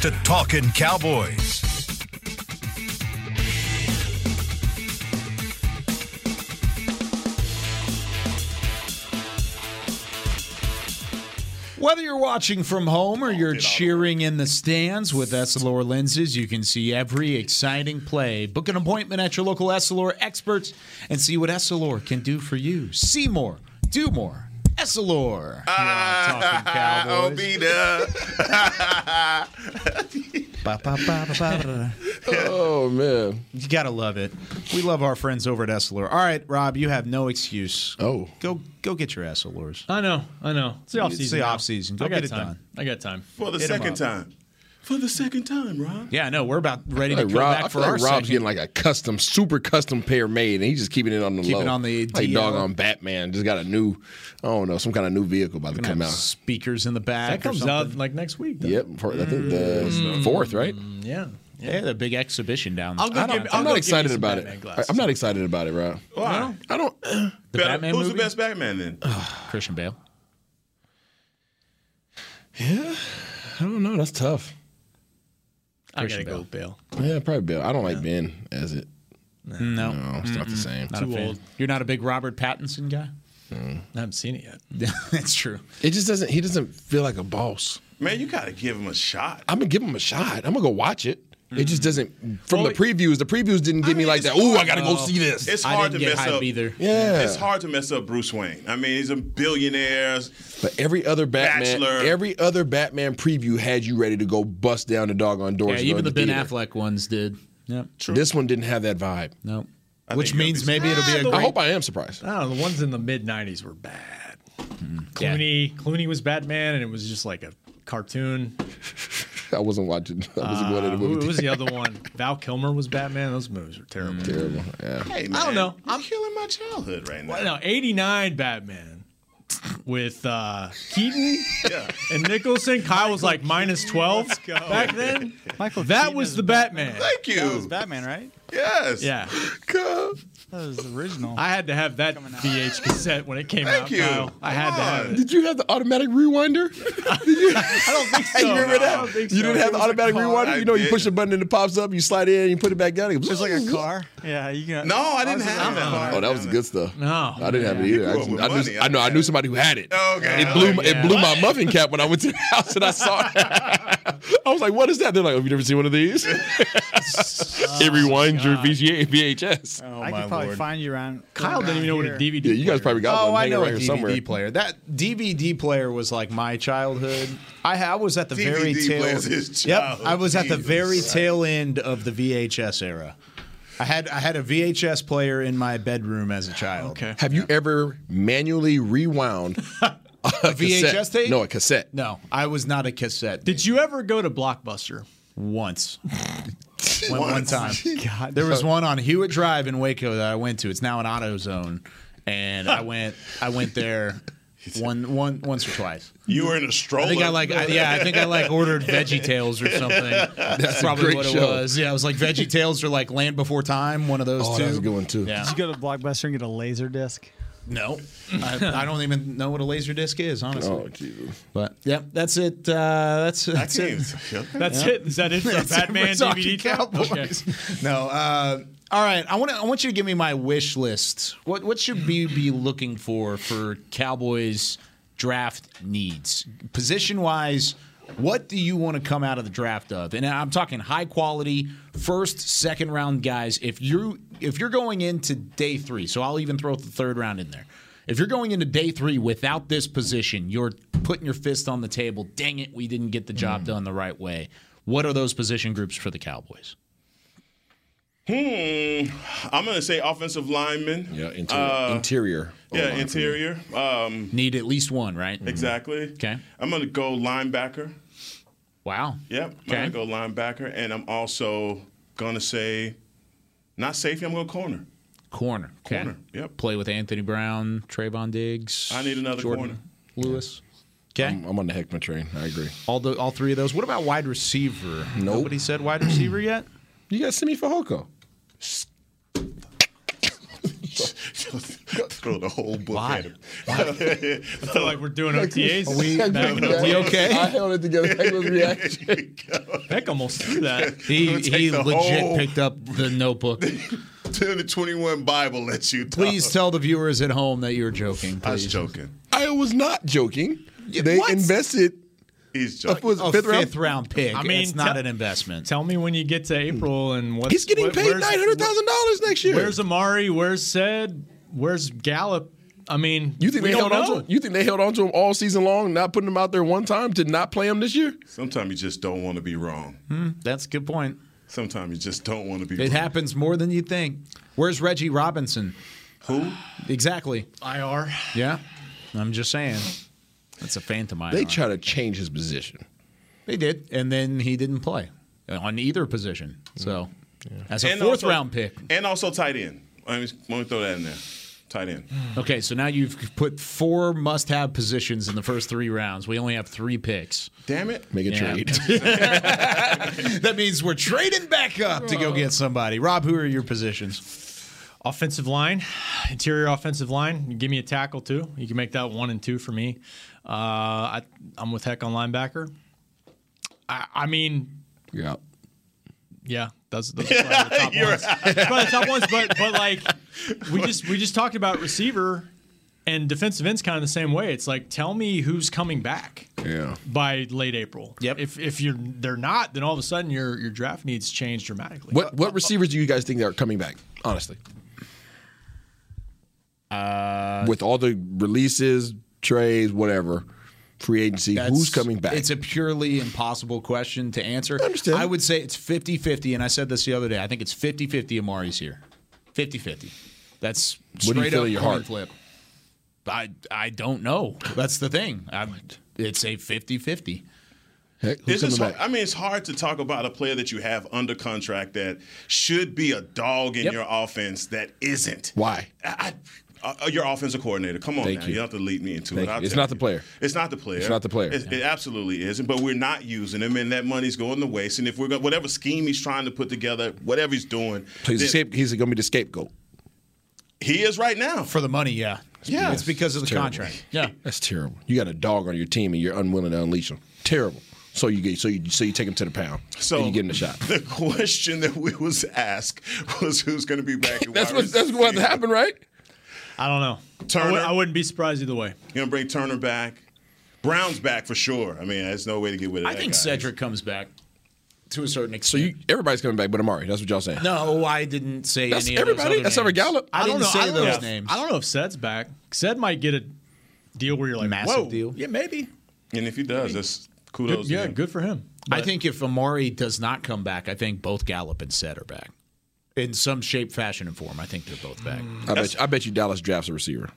Speaker 1: to Talking Cowboys.
Speaker 5: Whether you're watching from home or you're cheering in the stands with Essilor lenses, you can see every exciting play. Book an appointment at your local Essilor experts and see what Essilor can do for you. See more, do more. Essilor. Talking Cowboys.
Speaker 6: oh man,
Speaker 5: you gotta love it. We love our friends over at Essilor. All right, Rob, you have no excuse.
Speaker 6: Oh,
Speaker 5: go go get your Essilors.
Speaker 8: I know, I know. It's the off season.
Speaker 5: It's the off season. Go
Speaker 8: I got
Speaker 5: get it
Speaker 8: time.
Speaker 5: done.
Speaker 8: I got time
Speaker 7: For the
Speaker 5: Hit 'em
Speaker 7: second
Speaker 5: up.
Speaker 7: time. For the second time, Rob.
Speaker 5: Yeah, I know. We're about ready
Speaker 6: I
Speaker 5: to
Speaker 6: feel
Speaker 5: come
Speaker 6: like Rob, I
Speaker 5: back
Speaker 6: feel
Speaker 5: for
Speaker 6: like
Speaker 5: our
Speaker 6: Rob's
Speaker 5: second.
Speaker 6: getting like a custom, super custom pair made, and he's just keeping it on the
Speaker 5: Keep
Speaker 6: low.
Speaker 5: it on the
Speaker 6: like
Speaker 5: DL.
Speaker 6: dog on Batman. Just got a new, I don't know, some kind of new vehicle about to
Speaker 5: Gonna
Speaker 6: come
Speaker 5: have
Speaker 6: out.
Speaker 5: Speakers in the back.
Speaker 8: that comes
Speaker 5: or something.
Speaker 8: out like next week. Though.
Speaker 6: Yep, for, I think the fourth, right?
Speaker 8: Yeah.
Speaker 5: Yeah, they had a big exhibition down there.
Speaker 8: I'll go
Speaker 5: I don't
Speaker 8: give-
Speaker 5: know.
Speaker 8: I'll
Speaker 6: I'm
Speaker 8: go
Speaker 6: not
Speaker 8: give
Speaker 6: excited
Speaker 8: you some
Speaker 6: about
Speaker 8: Batman
Speaker 6: it.
Speaker 8: glasses.
Speaker 6: I'm not excited about it, Rob.
Speaker 7: Why?
Speaker 6: I don't. The
Speaker 7: Better-
Speaker 5: Batman
Speaker 7: Who's
Speaker 5: movie?
Speaker 7: the best Batman then?
Speaker 5: Christian Bale.
Speaker 6: Yeah, I don't know. That's tough.
Speaker 8: I gotta go, Bale.
Speaker 6: Yeah, probably Bill. I don't like Ben as it. No, it's not the same.
Speaker 5: Not a fan. You're not a big Robert Pattinson guy.
Speaker 8: I haven't seen it yet.
Speaker 5: That's true.
Speaker 6: It just doesn't. He doesn't feel like a boss.
Speaker 7: Man, you gotta give him a shot.
Speaker 6: I'm gonna give him a shot. I'm gonna go watch it. It just doesn't. From
Speaker 7: Well,
Speaker 6: the previews, the previews didn't give me like that. Ooh, Mm-hmm. I Oh. gotta go see this.
Speaker 7: It's hard to mess up.
Speaker 6: Yeah.
Speaker 7: It's hard to mess up Bruce Wayne. I mean, he's a billionaire.
Speaker 6: But every other Batman,
Speaker 7: Bachelor.
Speaker 6: every other Batman preview had you ready to go bust down the doggone doors.
Speaker 5: Yeah,
Speaker 6: and go
Speaker 5: even
Speaker 6: to
Speaker 5: the Ben
Speaker 6: theater.
Speaker 5: Affleck ones did. Yep.
Speaker 6: This one didn't have that vibe.
Speaker 5: No.
Speaker 6: I
Speaker 5: Which
Speaker 6: think it'll
Speaker 5: means
Speaker 6: be-
Speaker 5: maybe it'll be
Speaker 6: Ah,
Speaker 5: a
Speaker 6: the- I
Speaker 5: great.
Speaker 6: hope I am surprised.
Speaker 8: I don't know. The ones in the mid '90s were bad.
Speaker 6: Hmm.
Speaker 8: Clooney, Clooney was Batman, and it was just like a cartoon.
Speaker 6: I wasn't watching. I wasn't going to the
Speaker 8: Uh,
Speaker 6: movie.
Speaker 8: Who was the
Speaker 6: theater.
Speaker 8: other one? Val Kilmer was Batman. Those movies are terrible.
Speaker 6: Terrible. Yeah.
Speaker 7: Hey, man,
Speaker 8: I don't know.
Speaker 7: I'm killing my childhood right now.
Speaker 8: Well, no, '89 Batman with uh, Keaton and Nicholson. Kyle was like minus 12 back then. Michael, that was the Batman.
Speaker 7: Thank you.
Speaker 2: That was Batman, right?
Speaker 7: Yes.
Speaker 8: Yeah,
Speaker 2: That was the original.
Speaker 8: I had to have that VH cassette when it came
Speaker 2: Thank
Speaker 8: out.
Speaker 2: you.
Speaker 8: Kyle. I had to have it.
Speaker 6: Did you have the automatic rewinder? Did you, I
Speaker 8: don't think
Speaker 6: you
Speaker 8: so.
Speaker 6: remember
Speaker 8: I
Speaker 6: that?
Speaker 8: don't think
Speaker 6: You
Speaker 8: so.
Speaker 6: didn't have the
Speaker 8: It was a
Speaker 6: automatic
Speaker 8: car.
Speaker 6: rewinder.
Speaker 8: I
Speaker 6: You know, you
Speaker 8: did.
Speaker 6: push a button and it pops up. You slide in, you put it back down. It was like a car.
Speaker 2: Yeah, you can.
Speaker 7: No, I didn't have that.
Speaker 6: Oh, that was good stuff.
Speaker 8: No,
Speaker 6: I didn't have it either. I, just,
Speaker 7: with
Speaker 6: I, knew, I know. I knew somebody who had it.
Speaker 7: Okay.
Speaker 6: It blew. my
Speaker 7: Yeah.
Speaker 6: It blew my muffin cap when I went to the house and I saw it. I was like, what is that? They're like, have you never seen one of these? it rewinds your VGA, VHS. Oh,
Speaker 2: I could probably find you around.
Speaker 6: Kyle didn't
Speaker 2: around
Speaker 6: even know what a
Speaker 2: here.
Speaker 6: DVD Yeah, you guys player is. probably got
Speaker 5: Oh,
Speaker 6: one
Speaker 5: I
Speaker 6: hanging
Speaker 5: know
Speaker 6: around
Speaker 5: a
Speaker 6: here
Speaker 5: DVD
Speaker 6: somewhere.
Speaker 5: player. That DVD player was like my childhood. I, I was at the very
Speaker 7: DVD
Speaker 5: tail.
Speaker 7: player's his
Speaker 5: Yep,
Speaker 7: childhood.
Speaker 5: I was at the
Speaker 7: Jesus.
Speaker 5: very tail end of the VHS era. I had I had a VHS player in my bedroom as a child. Okay.
Speaker 6: Have you ever manually rewound a, cassette?
Speaker 5: VHS tape?
Speaker 6: No, a cassette.
Speaker 5: No, I was not a cassette. Did
Speaker 8: you ever go to Blockbuster?
Speaker 5: Once. Went one
Speaker 8: Once.
Speaker 5: time. There was one on Hewitt Drive in Waco that I went to. It's now an AutoZone, and I went. I went there one, one, once or twice.
Speaker 7: You were in a stroller.
Speaker 5: I think I like. I, yeah, I think I like ordered Veggie Tales or something.
Speaker 6: That's a
Speaker 5: probably
Speaker 6: great
Speaker 5: what it
Speaker 6: show.
Speaker 5: was. Yeah, it was like Veggie Tales or like Land Before Time. One of those
Speaker 6: Oh,
Speaker 5: two.
Speaker 6: that was a good one too.
Speaker 5: Yeah.
Speaker 2: Did you go to Blockbuster and get a laser disc?
Speaker 5: No, I, I don't even know what a laser disc is, honestly.
Speaker 6: Oh, Jesus.
Speaker 5: But yep, that's it. Uh, that's that's it.
Speaker 8: That's it. Is that it for
Speaker 5: That's
Speaker 8: Batman
Speaker 5: for Talking
Speaker 8: DVD?
Speaker 5: Cowboys? no. Uh, all right. I want to. I want you to give me my wish list. What What should we be looking for for Cowboys draft needs, position wise? What do you want to come out of the draft of? And I'm talking high quality first, second round guys. If you if you're going into day three, so I'll even throw the third round in there. If you're going into day three without this position, you're putting your fist on the table. Dang it, we didn't get the job done the right way. What are those position groups for the Cowboys?
Speaker 7: Hmm. I'm gonna say offensive lineman.
Speaker 6: Yeah, interior.
Speaker 7: Uh,
Speaker 6: interior.
Speaker 7: Yeah, interior. Um,
Speaker 5: Need at least one, right?
Speaker 7: Exactly.
Speaker 5: Okay.
Speaker 7: I'm gonna go linebacker.
Speaker 5: Wow.
Speaker 7: Yep. I'm gonna go linebacker, and I'm also gonna say, not safety. I'm gonna go corner.
Speaker 5: Corner.
Speaker 7: Corner, Yep.
Speaker 5: Play with Anthony Brown, Trayvon Diggs.
Speaker 7: I need another
Speaker 5: Jordan
Speaker 7: corner.
Speaker 5: Lewis. Okay.
Speaker 6: I'm, I'm on the Heckman train. I agree.
Speaker 5: Um, All the all three of those. What about wide receiver?
Speaker 6: Nope.
Speaker 5: Nobody said wide receiver yet.
Speaker 6: You got Simi Fajoko.
Speaker 7: Throw the whole book at him.
Speaker 8: I feel like we're doing OTAs.
Speaker 7: Are we-
Speaker 8: back in
Speaker 7: Are we okay?
Speaker 6: I held it together. Heckman's reaction.
Speaker 8: Beck almost threw that.
Speaker 5: He he legit
Speaker 7: whole-
Speaker 5: picked up the notebook.
Speaker 7: 10 to 21 Bible lets you. talk.
Speaker 5: Please tell the viewers at home that you're joking.
Speaker 7: I was
Speaker 5: please.
Speaker 7: joking.
Speaker 6: I was not joking. They invested.
Speaker 7: He's
Speaker 6: joking. was
Speaker 5: A
Speaker 6: fifth round-
Speaker 5: Oh, fifth round pick.
Speaker 8: I mean,
Speaker 5: it's not
Speaker 8: tell-
Speaker 5: an investment.
Speaker 8: Tell me when you get to April and what
Speaker 6: He's getting
Speaker 8: what-
Speaker 6: paid
Speaker 8: where's-
Speaker 6: nine hundred thousand dollars next year.
Speaker 8: Where's Amari? Where's Said? Where's Gallup? I mean,
Speaker 6: you think
Speaker 8: we
Speaker 6: they held
Speaker 8: don't
Speaker 6: on
Speaker 8: know.
Speaker 6: to him? You think they held on to him all season long, not putting him out there one time to not play him this year?
Speaker 7: Sometimes you just don't want to be wrong.
Speaker 5: That's a good point.
Speaker 7: Sometimes you just don't want to be
Speaker 5: It
Speaker 7: wrong.
Speaker 5: happens more than you think. Where's Reggie Robinson?
Speaker 7: Who?
Speaker 5: Exactly.
Speaker 8: IR.
Speaker 5: Yeah. I'm just saying. That's a phantom eye.
Speaker 6: They try to change his position.
Speaker 5: They did, and then he didn't play on either position. So, as a
Speaker 7: And
Speaker 5: fourth
Speaker 7: also-
Speaker 5: round pick.
Speaker 7: And also tight end. Let me, let me throw that in there. Tight end.
Speaker 5: Okay, so now you've put four must have positions in the first three rounds. We only have three picks.
Speaker 7: Damn it.
Speaker 6: Make a
Speaker 5: Yeah.
Speaker 6: trade.
Speaker 5: that means we're trading back up to go get somebody. Rob, who are your positions?
Speaker 8: Offensive line, interior offensive line. You give me a tackle too. You can make that one and two for me. Uh, I, I'm with Heck on linebacker. I, I mean,
Speaker 6: Yeah.
Speaker 8: yeah, those, those are probably the top
Speaker 7: You're-
Speaker 8: ones. probably the top ones, but but like we just we just talked about receiver and defensive ends kind of the same way. It's like tell me who's coming back.
Speaker 6: Yeah.
Speaker 8: by late April. Yep. If if you're they're not, then all of a sudden your your draft needs change dramatically.
Speaker 6: What what receivers do you guys think that are coming back? Honestly,
Speaker 5: Uh,
Speaker 6: with all the releases, trades, whatever, free agency, who's coming back?
Speaker 5: It's a purely impossible question to answer. I, understand. I would say it's 50 50, and I said this the other day. I think it's 50 50 Amari's here. 50 50. That's
Speaker 6: do you
Speaker 5: straight
Speaker 6: feel
Speaker 5: up
Speaker 6: in your
Speaker 5: coin
Speaker 6: heart?
Speaker 5: flip. I, I don't know. That's the thing. I, it's a 50 50.
Speaker 6: Heck, who's
Speaker 7: It's
Speaker 6: coming
Speaker 7: just hard,
Speaker 6: back?
Speaker 7: I mean, it's hard to talk about a player that you have under contract that should be a dog in
Speaker 5: Yep.
Speaker 7: your offense that isn't.
Speaker 6: Why?
Speaker 7: I, I, uh, your offensive coordinator. Come on
Speaker 6: Thank
Speaker 7: now.
Speaker 6: you.
Speaker 7: You don't have to lead me into
Speaker 6: Thank
Speaker 7: it.
Speaker 6: you.
Speaker 7: I'll
Speaker 6: It's
Speaker 7: tell
Speaker 6: not the
Speaker 7: you.
Speaker 6: player.
Speaker 7: It's not the player.
Speaker 6: It's not the player.
Speaker 7: It's- It absolutely isn't. But we're not using him, and that money's going to waste. And if we're going whatever scheme he's trying to put together, whatever he's doing,
Speaker 6: So he's, a
Speaker 7: then-
Speaker 6: scape- he's going to be the scapegoat.
Speaker 7: he is right now.
Speaker 5: For the money, yeah.
Speaker 7: Yeah.
Speaker 5: It's because of the
Speaker 6: Terrible.
Speaker 5: contract. Yeah.
Speaker 6: That's terrible. You got a dog on your team and you're unwilling to unleash him. Terrible. So you get so you so you take him to the pound.
Speaker 7: So-
Speaker 6: and you give him the shot.
Speaker 7: The question that we was asked was who's going to be back. at
Speaker 6: That's
Speaker 7: wide
Speaker 6: what that's what
Speaker 7: receiver.
Speaker 6: happened, right?
Speaker 8: I don't know. I
Speaker 7: Turner.
Speaker 8: w- I wouldn't be surprised either way.
Speaker 7: You're gonna bring Turner back. Brown's back for sure. I mean, there's no way to get rid of
Speaker 5: I
Speaker 7: that
Speaker 5: think
Speaker 7: guy.
Speaker 5: Cedric comes back to a certain extent.
Speaker 6: So you, everybody's coming back, but Amari. That's what y'all saying.
Speaker 5: No, I didn't say
Speaker 6: That's
Speaker 5: any of those
Speaker 6: everybody?
Speaker 5: other
Speaker 6: That's
Speaker 5: names.
Speaker 6: every Gallup?
Speaker 5: I,
Speaker 6: I
Speaker 5: didn't
Speaker 6: don't know.
Speaker 5: say
Speaker 6: I don't
Speaker 5: those
Speaker 6: know.
Speaker 5: names.
Speaker 8: I don't know if Sed's back. Sed might get a deal where you're like,
Speaker 5: Massive
Speaker 8: whoa,
Speaker 5: deal.
Speaker 8: yeah, maybe.
Speaker 7: And if he does, that's
Speaker 8: Good- yeah, good for him.
Speaker 5: I think if Amari does not come back, I think both Gallup and Set are back in some shape, fashion, and form. I think they're both back.
Speaker 7: Mm.
Speaker 5: Uh,
Speaker 6: I bet, you, I bet you Dallas drafts a receiver.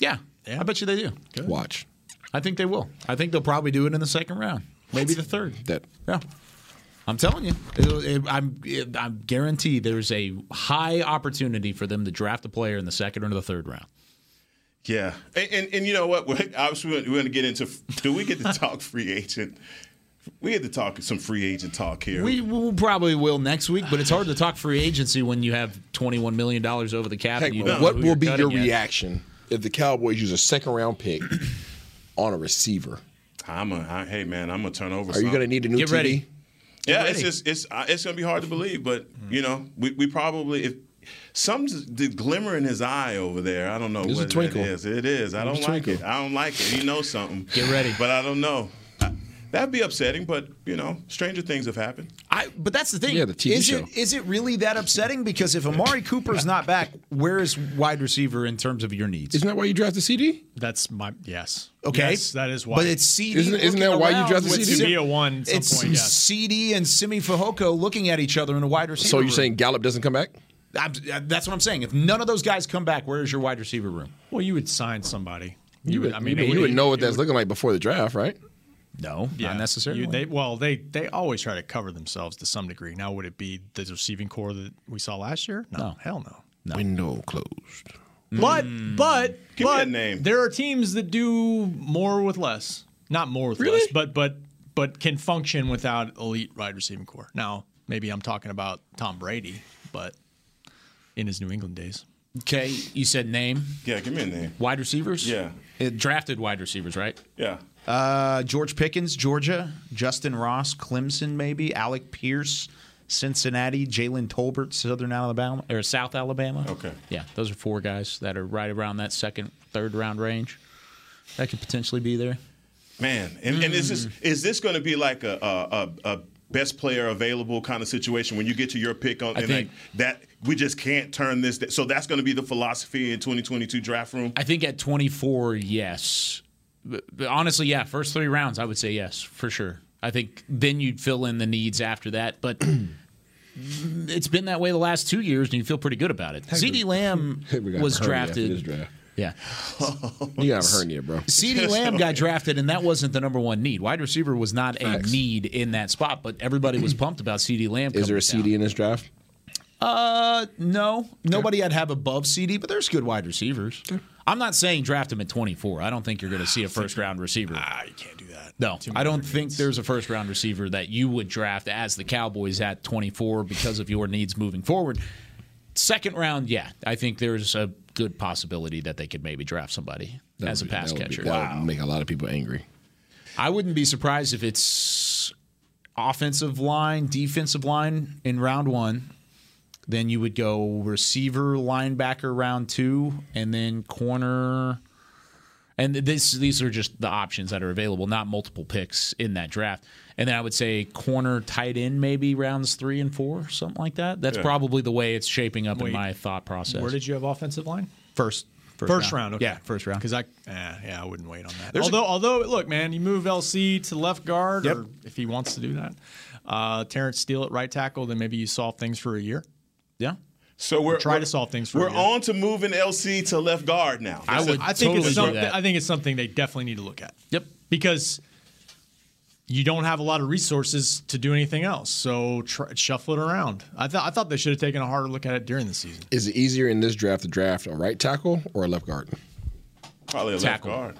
Speaker 5: Yeah, I bet you they do.
Speaker 6: Watch.
Speaker 5: I think they will. I think they'll probably do it in the second round, maybe the third.
Speaker 6: That
Speaker 5: yeah. I'm telling you, it'll- it- I'm it- I'm guarantee there's a high opportunity for them to draft a player in the second or the third round.
Speaker 7: Yeah, and and, and you know what? We're, obviously, we're, we're going to get into. Do we get to talk free agent? We get to talk some free agent talk here.
Speaker 5: We will probably will next week, but it's hard to talk free agency when you have 21 million dollars over the cap.
Speaker 6: Heck,
Speaker 5: and you don't know
Speaker 6: what
Speaker 5: who
Speaker 6: will
Speaker 5: you're
Speaker 6: be your
Speaker 5: cutting yet.
Speaker 6: reaction if the Cowboys use a second round pick on a receiver?
Speaker 7: I'm a I, hey man, I'm gonna turn over.
Speaker 6: Are you
Speaker 7: something.
Speaker 6: going to need a new TD?
Speaker 7: Yeah,
Speaker 6: Get
Speaker 7: it's
Speaker 6: ready. Hmm.
Speaker 7: just it's uh, it's gonna be hard to believe, but you know, we, we probably if some the glimmer in his eye over there. I don't know
Speaker 6: There's a
Speaker 7: what that
Speaker 6: twinkle.
Speaker 7: is. It is. I
Speaker 6: There's
Speaker 7: don't
Speaker 6: a
Speaker 7: like
Speaker 6: twinkle.
Speaker 7: it. I don't like it. You know something.
Speaker 5: Get ready.
Speaker 7: But I don't know. I- That'd be upsetting, but you know, stranger things have happened.
Speaker 5: I but that's the thing.
Speaker 7: Yeah, the TV
Speaker 5: is
Speaker 7: show.
Speaker 5: it is it really that upsetting? Because if Amari Cooper's not back, where is wide receiver in terms of your needs?
Speaker 6: Isn't that why you drafted CD?
Speaker 8: That's my yes.
Speaker 5: Okay,
Speaker 8: Yes, that is why.
Speaker 5: But it's CD.
Speaker 6: Isn't- isn't
Speaker 5: looking
Speaker 6: that why you
Speaker 5: around
Speaker 6: drafted
Speaker 5: with
Speaker 6: CD?
Speaker 5: Sim-
Speaker 6: To be a
Speaker 8: one at some
Speaker 5: it's
Speaker 8: point, yes.
Speaker 5: CD and Simi Fajoko looking at each other in a wide receiver.
Speaker 6: So you're
Speaker 5: room.
Speaker 6: saying Gallup doesn't come back?
Speaker 5: I'm, uh, that's what I'm saying. If none of those guys come back, where is your wide receiver room?
Speaker 8: Well, you would sign somebody.
Speaker 6: You would,
Speaker 8: I mean,
Speaker 6: you
Speaker 8: it
Speaker 6: would, know what
Speaker 8: it
Speaker 6: that's
Speaker 8: would-
Speaker 6: looking like before the draft, right?
Speaker 5: No,
Speaker 8: yeah.
Speaker 5: not necessarily.
Speaker 8: You- they, well, they they always try to cover themselves to some degree. Now, would it be the receiving core that we saw last year? No,
Speaker 5: No.
Speaker 8: hell no. Mm.
Speaker 6: Window closed.
Speaker 8: But but
Speaker 7: Give me
Speaker 8: but
Speaker 7: a name.
Speaker 8: there are teams that do more with less. Not more with less, but but but can function without elite wide receiving core. Now, maybe I'm talking about Tom Brady, but in his New England days.
Speaker 5: Okay, you said name.
Speaker 7: Yeah, give me a name.
Speaker 5: Wide receivers.
Speaker 7: Yeah.
Speaker 5: It drafted wide receivers, right?
Speaker 7: Yeah.
Speaker 5: Uh, George Pickens, Georgia. Justin Ross, Clemson, maybe. Alec Pierce, Cincinnati. Jalen Tolbert, Southern Alabama or South Alabama.
Speaker 7: Okay.
Speaker 5: Yeah, those are four guys that are right around that second, third round range. That could potentially be there.
Speaker 7: Man, and, and is
Speaker 6: Mm.
Speaker 7: this is this going to be like a, a a a best player available kind of situation when you get to your pick on
Speaker 5: I
Speaker 7: and
Speaker 5: think-
Speaker 7: like that we just can't turn this? So that's going to be the philosophy in 2022 draft room.
Speaker 5: I think at 24, yes. But, but honestly, yeah, first three rounds, I would say yes, for sure. I think then you'd fill in the needs after that. But it's been that way the last two years, and you feel pretty good about it. CD Lamb was drafted. Yeah.
Speaker 6: You got a hernia, bro.
Speaker 5: CD Lamb got drafted, and that wasn't the number one need. Wide receiver was not a need in that spot, but everybody was pumped about CD Lamb.
Speaker 6: Is there a
Speaker 5: coming
Speaker 6: CD in this draft?
Speaker 5: uh, no, nobody I'd have above CD, but there's good wide receivers. I'm not saying draft him at 24. I don't think you're going to see a first round receiver. Ah,
Speaker 8: you can't do that.
Speaker 5: No, I don't think there's a first round receiver that you would draft as the Cowboys at 24 because of your needs moving forward. Second round, yeah, I think there's a good possibility that they could maybe draft somebody
Speaker 6: That
Speaker 5: as a
Speaker 6: would be-
Speaker 5: pass
Speaker 6: that would be-
Speaker 5: catcher.
Speaker 6: that would make a lot of people angry.
Speaker 5: I wouldn't be surprised if it's offensive line, defensive line in round one. Then you would go receiver, linebacker round two, and then corner. And this, these are just the options that are available, not multiple picks in that draft. And then I would say corner, tight end, maybe rounds three and four, something like that. That's
Speaker 8: Yeah.
Speaker 5: probably the way it's shaping up
Speaker 8: Wait,
Speaker 5: in my thought process.
Speaker 8: Where did you have offensive line?
Speaker 5: first,
Speaker 8: First, round. okay.
Speaker 5: Yeah, first round.
Speaker 8: Because I, eh, yeah, I wouldn't wait on that.
Speaker 5: There's a-
Speaker 8: although, although, look, man, you move LC to left guard,
Speaker 5: Yep.
Speaker 8: or if he wants to do that, uh, Terrence Steele at right tackle. Then maybe you solve things for a year.
Speaker 5: Yeah.
Speaker 7: So we're
Speaker 8: try to solve things for.
Speaker 7: We're
Speaker 8: a year.
Speaker 7: on to moving LC to left guard now.
Speaker 8: I
Speaker 7: That's
Speaker 8: would.
Speaker 7: it.
Speaker 8: I think it's something. I think it's something they definitely need to look at.
Speaker 5: Yep.
Speaker 8: Because you don't have a lot of resources to do anything else, so try, shuffle it around. I thought I thought they should have taken a harder look at it during the season.
Speaker 6: Is it easier in this draft to draft a right tackle or a left guard?
Speaker 7: Probably a
Speaker 5: Tackle.
Speaker 7: left guard.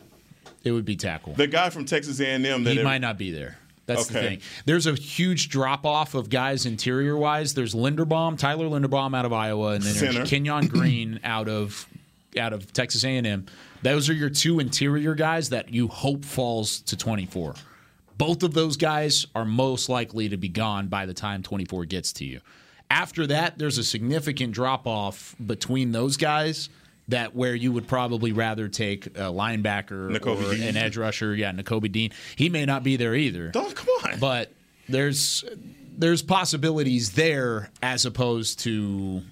Speaker 5: It would be tackle.
Speaker 7: The guy from Texas A&M. That
Speaker 5: he
Speaker 7: every-
Speaker 5: might not be there. That's the
Speaker 7: Okay.
Speaker 5: thing. There's a huge drop off of guys interior wise. There's Linderbaum, Tyler Linderbaum out of Iowa, and then
Speaker 7: Center.
Speaker 5: there's Kenyon Green out of out of Texas A&M. Those are your two interior guys that you hope falls to 24. Both of those guys are most likely to be gone by the time 24 gets to you. After that, there's a significant drop off between those guys that where you would probably rather take a linebacker
Speaker 7: Nakobe
Speaker 5: or
Speaker 7: Dean.
Speaker 5: an edge rusher. Yeah, N'Kobe Dean. He may not be there either. Don't
Speaker 7: come on.
Speaker 5: But there's there's possibilities there as opposed to,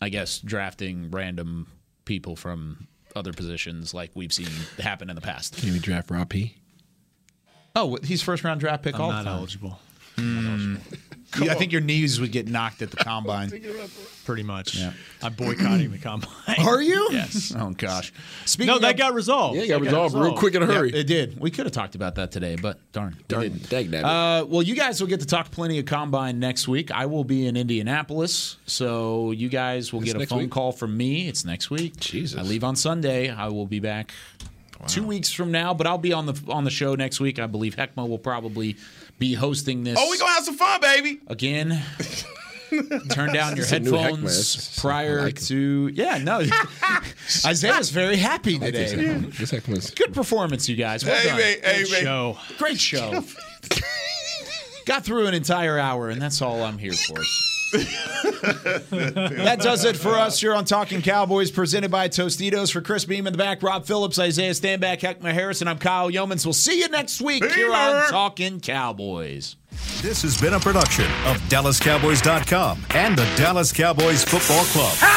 Speaker 5: I guess, drafting random people from other positions like we've seen happen in the past.
Speaker 6: Can we draft Rob P?
Speaker 5: Oh, he's first round draft pick
Speaker 6: I'm
Speaker 5: all
Speaker 6: not
Speaker 5: the time.
Speaker 8: eligible.
Speaker 5: Mm.
Speaker 8: Come
Speaker 5: Yeah, I
Speaker 8: on.
Speaker 5: think your knees would get knocked at the combine.
Speaker 8: Pretty much. I'm boycotting the combine.
Speaker 5: Are you? Yes. Oh gosh.
Speaker 8: No, that got resolved. That got resolved.
Speaker 5: Yeah, it did. We could have talked about that today, but darn, we
Speaker 6: Darn,
Speaker 5: didn't.
Speaker 6: dang nabbit.
Speaker 5: Uh, well, you guys will get to talk plenty of combine next week. I will be in Indianapolis, so you guys will
Speaker 6: It's
Speaker 5: get a
Speaker 6: next
Speaker 5: phone
Speaker 6: week?
Speaker 5: call from me. It's next week. Jesus, I leave on Sunday. I will be back two weeks from now, but I'll be on the on the show next week. I believe Heckma will probably be hosting this.
Speaker 7: Oh, we gonna have some fun, baby.
Speaker 5: again. Turn down your
Speaker 7: It's a new heck
Speaker 5: headphones
Speaker 7: mask.
Speaker 5: prior to. Yeah, no. Isaiah's very happy
Speaker 6: like
Speaker 5: today.
Speaker 6: this heck- this heck mask.
Speaker 5: Good performance, you guys. Well
Speaker 6: Hey,
Speaker 5: done.
Speaker 6: mate, hey,
Speaker 5: Great
Speaker 6: mate.
Speaker 5: show. Great show. Got through an entire hour, and that's all I'm here for. that does it for us. You're on Talking Cowboys, presented by Tostitos. For Chris Beam in the back, Rob Phillips, Isaiah Standback, Heckma Harrison. I'm Kyle Yeomans. We'll see you next week here on
Speaker 11: Beamer.
Speaker 5: Talking Cowboys.
Speaker 4: This has been a production of DallasCowboys.com and the Dallas Cowboys Football Club.